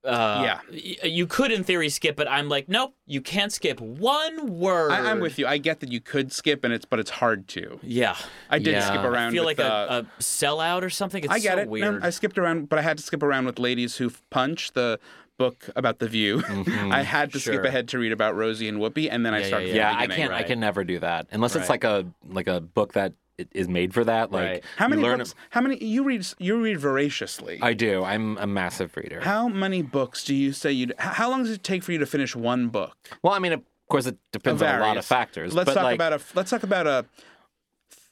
Speaker 3: Uh,
Speaker 2: Yeah.
Speaker 3: y- you could in theory skip, but I'm like, nope, you can't skip one word.
Speaker 2: I, I'm with you. I get that you could skip, and it's but it's hard to.
Speaker 3: Yeah,
Speaker 2: I did
Speaker 4: Yeah.
Speaker 2: skip
Speaker 4: I
Speaker 2: around.
Speaker 3: I feel
Speaker 2: with,
Speaker 3: like
Speaker 2: uh,
Speaker 3: a, a sellout or something. It's
Speaker 2: I get
Speaker 3: so
Speaker 2: it. No,
Speaker 3: weird.
Speaker 2: I skipped around, but I had to skip around with ladies who F- punch the book about the View. [laughs]
Speaker 4: Mm-hmm.
Speaker 2: I had to skip
Speaker 3: Sure.
Speaker 2: ahead to read about Rosie and Whoopi, and then I
Speaker 3: yeah,
Speaker 2: started.
Speaker 3: yeah.
Speaker 2: from the
Speaker 4: Yeah, I
Speaker 2: beginning.
Speaker 4: can't. I
Speaker 3: right.
Speaker 4: can never do that unless it's
Speaker 3: Right.
Speaker 4: like a like a book that i- is made for that. Like
Speaker 3: Right.
Speaker 2: How
Speaker 4: you
Speaker 2: many
Speaker 4: learn
Speaker 2: books? How many you read? You read voraciously.
Speaker 4: I do. I'm a massive reader.
Speaker 2: how many books do you say you? would How long does it take for you to finish one book?
Speaker 4: well, I mean, of course, it depends on a lot of
Speaker 2: Various.
Speaker 4: factors.
Speaker 2: Let's
Speaker 4: but
Speaker 2: talk
Speaker 4: like,
Speaker 2: about a. Let's talk about a.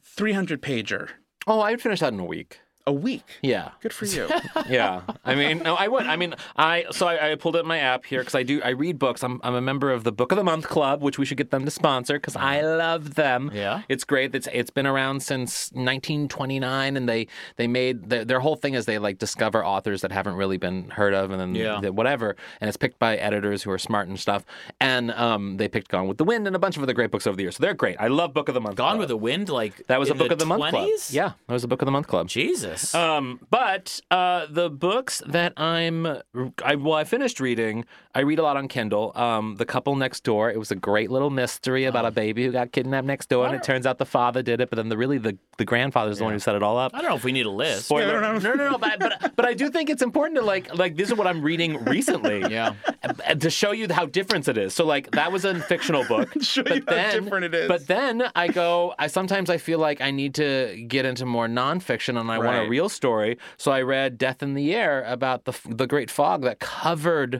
Speaker 2: Three hundred pager.
Speaker 4: Oh, I would finish that in a week.
Speaker 2: A week.
Speaker 4: Yeah.
Speaker 2: Good for
Speaker 4: [laughs]
Speaker 2: you.
Speaker 4: yeah. I mean, no, I would. I mean, I so I, I pulled up my app here because I do. I read books. I'm I'm a member of the Book of the Month Club, which we should get them to sponsor because I love them.
Speaker 3: Yeah.
Speaker 4: It's great. It's it's been around since 1929, and they they made their their whole thing is they like discover authors that haven't really been heard of, and then
Speaker 3: Yeah.
Speaker 4: the- whatever. And it's picked by editors who are smart and stuff. And um, they picked Gone with the Wind and a bunch of other great books over the years. So they're great. I love Book of the Month.
Speaker 3: Gone
Speaker 4: Club.
Speaker 3: with the Wind, like
Speaker 4: That was
Speaker 3: in
Speaker 4: a book of the month club.
Speaker 3: 20s?
Speaker 4: Yeah, that was a book of the month club.
Speaker 3: Jesus.
Speaker 2: Uh,
Speaker 4: Um, but uh, the books that I'm, I, well, I finished reading. I read a lot on Kindle. Um, the couple next door. It was a great little mystery about
Speaker 3: Oh.
Speaker 4: a baby who got kidnapped next door, and it turns out the father did it. But then the really the the grandfather's the one who set it all up.
Speaker 3: I don't know if we need a list.
Speaker 4: Spoiler. no, no, no, But, but but I do think it's important to like like this is what I'm reading
Speaker 2: [laughs]
Speaker 4: recently.
Speaker 3: Yeah.
Speaker 4: and To show you how different it is. So like that was a fictional book.
Speaker 2: [laughs] Show
Speaker 4: but
Speaker 2: you how different it is.
Speaker 4: But then I go. I sometimes I feel like I need to get into more nonfiction, and I want a
Speaker 2: Right.
Speaker 4: real story. So I read Death in the Air about the f- the Great Fog that covered.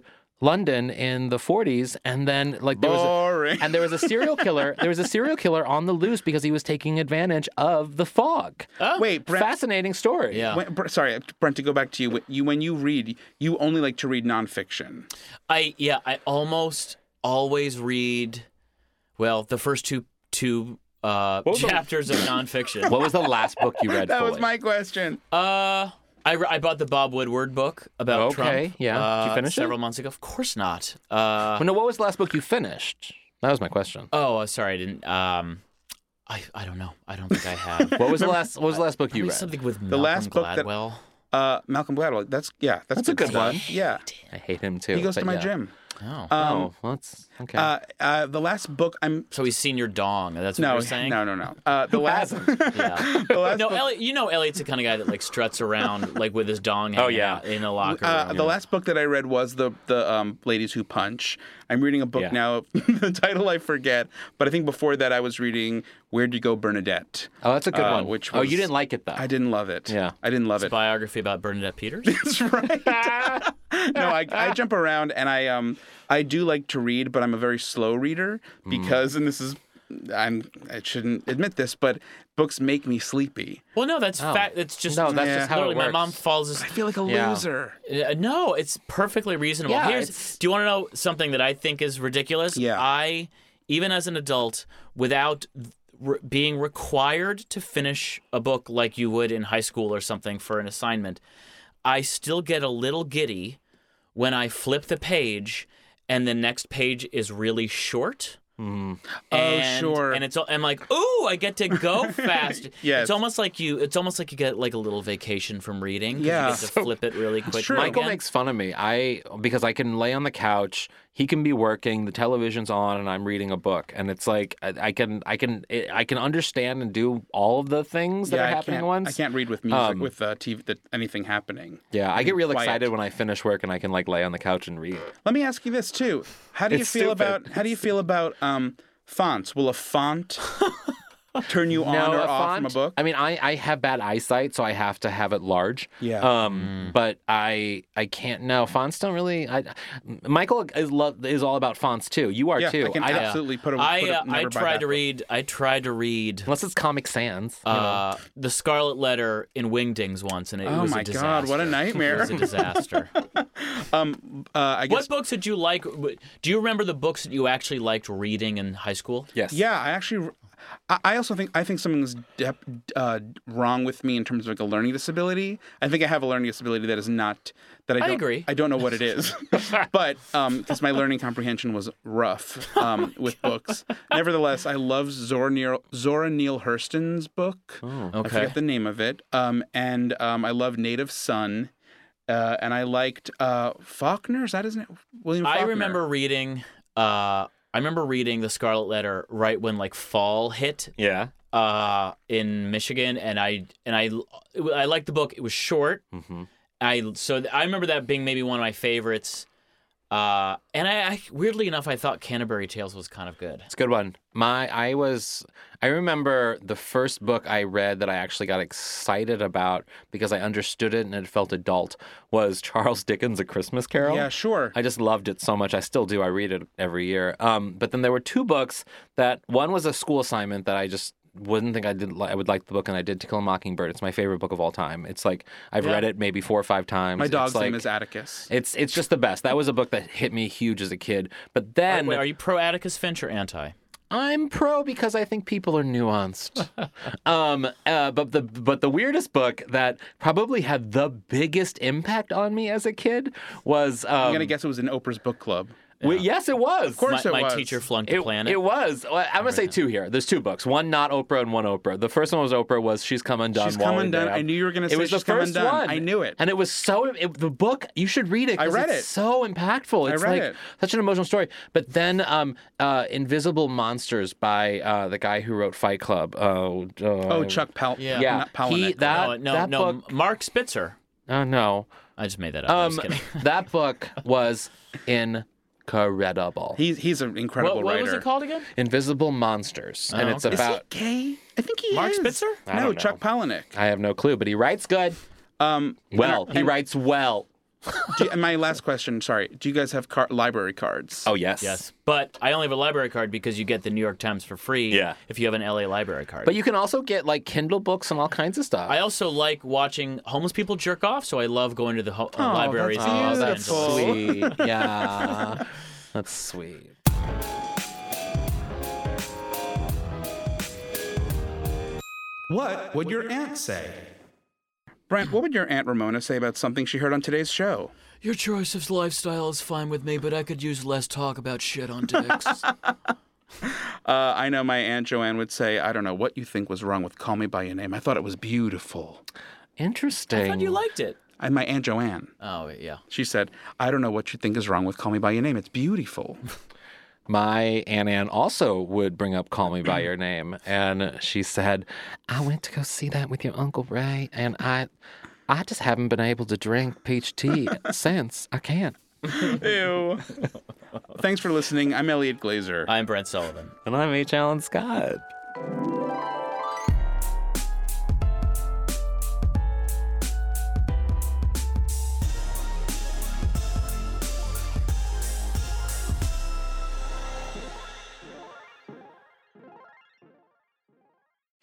Speaker 4: London in the 40s, and then like there
Speaker 2: [laughs]
Speaker 4: was
Speaker 2: Boring.
Speaker 4: a, and there was a serial killer. There was a serial killer on the loose because he was taking advantage of the fog.
Speaker 2: Wait, Brent.
Speaker 4: Fascinating story.
Speaker 3: Yeah.
Speaker 2: When, Br- sorry, Brent. To go back to you, you when you read, you only like to read nonfiction.
Speaker 3: [laughs] I yeah, I almost always read well, the first two two uh,
Speaker 4: was the-
Speaker 3: chapters of nonfiction.
Speaker 4: What was the last book you
Speaker 2: [laughs]
Speaker 4: read?
Speaker 2: That was
Speaker 4: fully?
Speaker 2: my question.
Speaker 3: uh I, re- I bought the Bob Woodward book about
Speaker 4: Okay,
Speaker 3: Trump.
Speaker 4: yeah. Did you
Speaker 3: uh,
Speaker 4: finish it?
Speaker 3: several months ago? Of course not. Uh,
Speaker 4: Well, no, what was the last book you finished? That was my question.
Speaker 3: oh, uh, sorry, I didn't. Um, I I don't know. I don't think I
Speaker 2: [laughs]
Speaker 3: have.
Speaker 4: What was the last? What was the last book you
Speaker 3: Maybe
Speaker 4: read?
Speaker 3: something with
Speaker 2: The last
Speaker 3: Malcolm
Speaker 2: book that-
Speaker 3: Gladwell.
Speaker 2: Uh, Malcolm Gladwell. That's yeah. That's,
Speaker 4: That's a
Speaker 2: good
Speaker 4: good
Speaker 2: stuff.
Speaker 4: one.
Speaker 2: Yeah,
Speaker 4: I hate him too.
Speaker 2: he goes to
Speaker 4: but
Speaker 2: my
Speaker 4: yeah.
Speaker 2: gym.
Speaker 3: Oh.
Speaker 2: Um,
Speaker 4: oh, well, that's okay.
Speaker 2: uh, uh, the last book I'm
Speaker 3: so he's senior dong. That's what
Speaker 2: no,
Speaker 3: you're saying.
Speaker 2: no, no,
Speaker 4: [laughs]
Speaker 2: no. Uh, the last,
Speaker 3: Yeah.
Speaker 2: the last
Speaker 3: No,
Speaker 2: book,
Speaker 3: Elliot. You know Elliot's the kind of guy that like
Speaker 2: [laughs]
Speaker 3: struts around like with his dong. hanging
Speaker 4: yeah.
Speaker 3: out in the locker room.
Speaker 2: uh, the last book that I read was the the um, ladies who punch. I'm reading a book
Speaker 4: Yeah.
Speaker 2: now. [laughs] the title I forget, but I think before that I was reading Where'd You Go, Bernadette.
Speaker 4: oh, that's a good
Speaker 2: uh,
Speaker 4: one.
Speaker 2: which
Speaker 4: oh,
Speaker 2: was-
Speaker 4: you didn't like it though.
Speaker 2: I didn't love it.
Speaker 4: Yeah.
Speaker 2: I didn't love it.
Speaker 3: biography about Bernadette
Speaker 2: [laughs]
Speaker 3: Peters.
Speaker 2: That's right. [laughs] no, I, I jump around and I um I do like to read, but I'm a very slow reader
Speaker 4: Mm.
Speaker 2: because and this is I'm I shouldn't admit this, but books make me sleepy.
Speaker 3: well, no, that's fact. It's just
Speaker 4: Oh. No, that's
Speaker 2: Yeah.
Speaker 4: just how it
Speaker 3: literally
Speaker 4: works.
Speaker 3: my mom falls. as-
Speaker 2: I feel like a
Speaker 4: Yeah.
Speaker 2: loser.
Speaker 3: Uh, no, it's perfectly reasonable.
Speaker 4: Yeah,
Speaker 3: Here's.
Speaker 4: it's-
Speaker 3: Do you want to know something that I think is ridiculous?
Speaker 2: Yeah.
Speaker 3: I, even as an adult, without th- re- being required to finish a book like you would in high school or something for an assignment, I still get a little giddy when I flip the page and the next page is really short. and,
Speaker 2: Oh, sure.
Speaker 3: And it's all, I'm like, ooh, I get
Speaker 2: [laughs]
Speaker 3: to go fast.
Speaker 2: Yes.
Speaker 3: It's almost like you. It's almost like you get like a little vacation from reading. 'cause
Speaker 2: Yeah.
Speaker 3: You get to flip
Speaker 2: [laughs]
Speaker 3: it really quick.
Speaker 2: true.
Speaker 4: Michael
Speaker 3: again.
Speaker 4: makes fun of me. I because I can lay on the couch. He can be working. The television's on, and I'm reading a book. And it's like I, I can I can I can understand and do all of the things that
Speaker 2: yeah,
Speaker 4: are
Speaker 2: I
Speaker 4: happening
Speaker 2: can't,
Speaker 4: at once.
Speaker 2: I can't read with music
Speaker 4: Um,
Speaker 2: with uh, TV that anything happening.
Speaker 4: Yeah, I get real
Speaker 2: quiet.
Speaker 4: excited when I finish work and I can like lay on the couch and read.
Speaker 2: Let me ask you this too. How do you
Speaker 4: It's
Speaker 2: feel
Speaker 4: stupid.
Speaker 2: about how do you feel about um fonts? Will a
Speaker 4: [laughs]
Speaker 2: font turn you on or
Speaker 4: a
Speaker 2: off from a
Speaker 4: font-
Speaker 2: book?
Speaker 4: I mean, I, I have bad eyesight, so I have to have it large.
Speaker 2: Yeah.
Speaker 4: Um, but I I can't. No, fonts don't really. I, Michael is love is all about fonts too. You are
Speaker 2: yeah,
Speaker 4: too.
Speaker 2: I can
Speaker 4: I-
Speaker 2: absolutely put a put
Speaker 3: I
Speaker 2: a-
Speaker 3: uh, I
Speaker 2: never buy
Speaker 3: tried
Speaker 2: that
Speaker 3: to
Speaker 2: book.
Speaker 3: read. I tried to read
Speaker 4: unless it's Comic Sans. you know.
Speaker 3: uh, the Scarlet Letter in Wingdings once, and it
Speaker 2: Oh
Speaker 3: was
Speaker 2: my
Speaker 3: a disaster.
Speaker 2: god, what a nightmare.
Speaker 3: It was a disaster.
Speaker 2: [laughs] Uh, I guess
Speaker 3: what books did you like? Do you remember the books that you actually liked reading in high school?
Speaker 4: yes.
Speaker 2: Yeah, I actually, I I also think I think something's de- uh, wrong with me in terms of like a learning disability. I think I have a learning disability that is not that I, don't,
Speaker 3: agree.
Speaker 2: I don't know what it
Speaker 3: [laughs]
Speaker 2: is, but um, because my learning comprehension was rough
Speaker 3: [laughs]
Speaker 2: um, with books. Nevertheless, I love Zora Neale, Zora Neale Hurston's book.
Speaker 4: Oh,
Speaker 2: I
Speaker 3: Okay.
Speaker 2: forget the name of it. Um, and um, I love Native Son. Uh, and I liked uh, Faulkner. Is that his name? William Faulkner.
Speaker 3: I remember reading. Uh, I remember reading the Scarlet Letter right when like fall hit
Speaker 4: Yeah.
Speaker 3: uh, in Michigan, and I and I I liked the book. It was short.
Speaker 4: Mhm.
Speaker 3: I so th- I remember that being maybe one of my favorites. Uh, and I, I weirdly enough, I thought Canterbury Tales was kind of good.
Speaker 4: It's a good one. My I was I remember the first book I read that I actually got excited about because I understood it and it felt adult was Charles Dickens' A Christmas Carol.
Speaker 2: Yeah, sure.
Speaker 4: I just loved it so much. I still do. I read it every year. Um, but then there were two books that one was a school assignment that I just wouldn't think I did. Li- I would like the book, and I did. To Kill a Mockingbird. It's my favorite book of all time. It's like I've
Speaker 3: Yeah.
Speaker 4: read it maybe four or five times.
Speaker 2: My
Speaker 4: It's
Speaker 2: dog's
Speaker 4: like-
Speaker 2: name is Atticus.
Speaker 4: It's it's just the best. That was a book that hit me huge as a kid. But then
Speaker 3: Wait, are you pro Atticus Finch or anti?
Speaker 4: I'm pro because I think people are nuanced. um, uh, but the but the weirdest book that probably had the biggest impact on me as a kid was. Um,
Speaker 2: I'm gonna guess it was in Oprah's book club.
Speaker 4: wi- yes, it was. Of
Speaker 2: course
Speaker 3: My,
Speaker 2: it
Speaker 3: my
Speaker 2: was.
Speaker 3: teacher flunked
Speaker 4: It,
Speaker 3: the planet.
Speaker 4: it was. Well, I'm gonna say two here. There's two books. One not Oprah and one Oprah. The first one was Oprah. Was she's come undone?
Speaker 2: She's Come
Speaker 4: Wally
Speaker 2: Undone.
Speaker 4: Graham.
Speaker 2: I knew you were gonna
Speaker 4: it
Speaker 2: say
Speaker 4: was
Speaker 2: She's
Speaker 4: the
Speaker 2: Come
Speaker 4: first
Speaker 2: Undone.
Speaker 4: one.
Speaker 2: I knew it.
Speaker 4: And it was so. It, the book you should read it. 'cause
Speaker 2: I read
Speaker 4: it's
Speaker 2: it.
Speaker 4: So impactful. It's
Speaker 2: read
Speaker 4: like
Speaker 2: it.
Speaker 4: such an emotional story. But then um, uh, Invisible Monsters by uh, the guy who wrote Fight Club. Oh, uh,
Speaker 2: Oh, Chuck Pal.
Speaker 3: Yeah.
Speaker 4: Yeah,
Speaker 2: Not Palahniuk. Oh,
Speaker 4: he that
Speaker 3: no, no,
Speaker 4: that
Speaker 3: no.
Speaker 4: book.
Speaker 3: Mark Spitzer.
Speaker 4: Oh no,
Speaker 3: I just made that up. I'm
Speaker 4: um,
Speaker 3: just
Speaker 4: [laughs]
Speaker 3: kidding.
Speaker 4: that book was incredible.
Speaker 2: He's he's an incredible
Speaker 3: What, what
Speaker 2: writer.
Speaker 3: was it called again? Oh,
Speaker 4: Invisible Monsters, and it's
Speaker 3: okay.
Speaker 2: Is
Speaker 4: about.
Speaker 2: he gay? I think he
Speaker 3: Mark
Speaker 2: is.
Speaker 3: Spitzer?
Speaker 4: I don't
Speaker 2: No,
Speaker 4: know.
Speaker 2: Chuck Palahniuk.
Speaker 4: I have no clue, but he writes good.
Speaker 2: Um,
Speaker 4: Well,
Speaker 2: and-
Speaker 4: he writes well.
Speaker 2: do you- and my last question. Sorry. Do you guys have car- library cards?
Speaker 4: Oh yes,
Speaker 3: Yes, but I only have a library card because you get the New York Times for free.
Speaker 4: Yeah.
Speaker 3: if you have an LA library card.
Speaker 4: But you can also get like Kindle books and all kinds of stuff.
Speaker 3: I also like watching homeless people jerk off, so I love going to the ho- uh, libraries.
Speaker 2: that's
Speaker 3: in
Speaker 4: oh,
Speaker 3: Los
Speaker 4: that's
Speaker 3: Angeles. [laughs]
Speaker 4: sweet. Yeah, that's sweet.
Speaker 2: What would your aunt say? Brent, what would your aunt Ramona say about something she heard on today's show?
Speaker 3: Your choice of lifestyle is fine with me, but I could use less talk about shit on [laughs] dicks.
Speaker 2: Uh, I know my aunt Joanne would say, "I don't know what you think was wrong with Call Me by Your Name. I thought it was beautiful."
Speaker 4: Interesting.
Speaker 3: and you liked it.
Speaker 2: And my aunt Joanne,
Speaker 3: Oh yeah.
Speaker 2: she said, "I don't know what you think is wrong with Call Me by Your Name. It's beautiful."
Speaker 4: my Aunt Ann also would bring up Call Me By Your Name. And she said, I went to go see that with your Uncle Ray, and I I just haven't been able to drink peach
Speaker 3: [laughs]
Speaker 4: tea since. I can't.
Speaker 2: Ew. Thanks for listening. I'm Elliot Glazer.
Speaker 3: I'm Brent Sullivan.
Speaker 4: And I'm H. Allen Scott.
Speaker 5: [clears throat]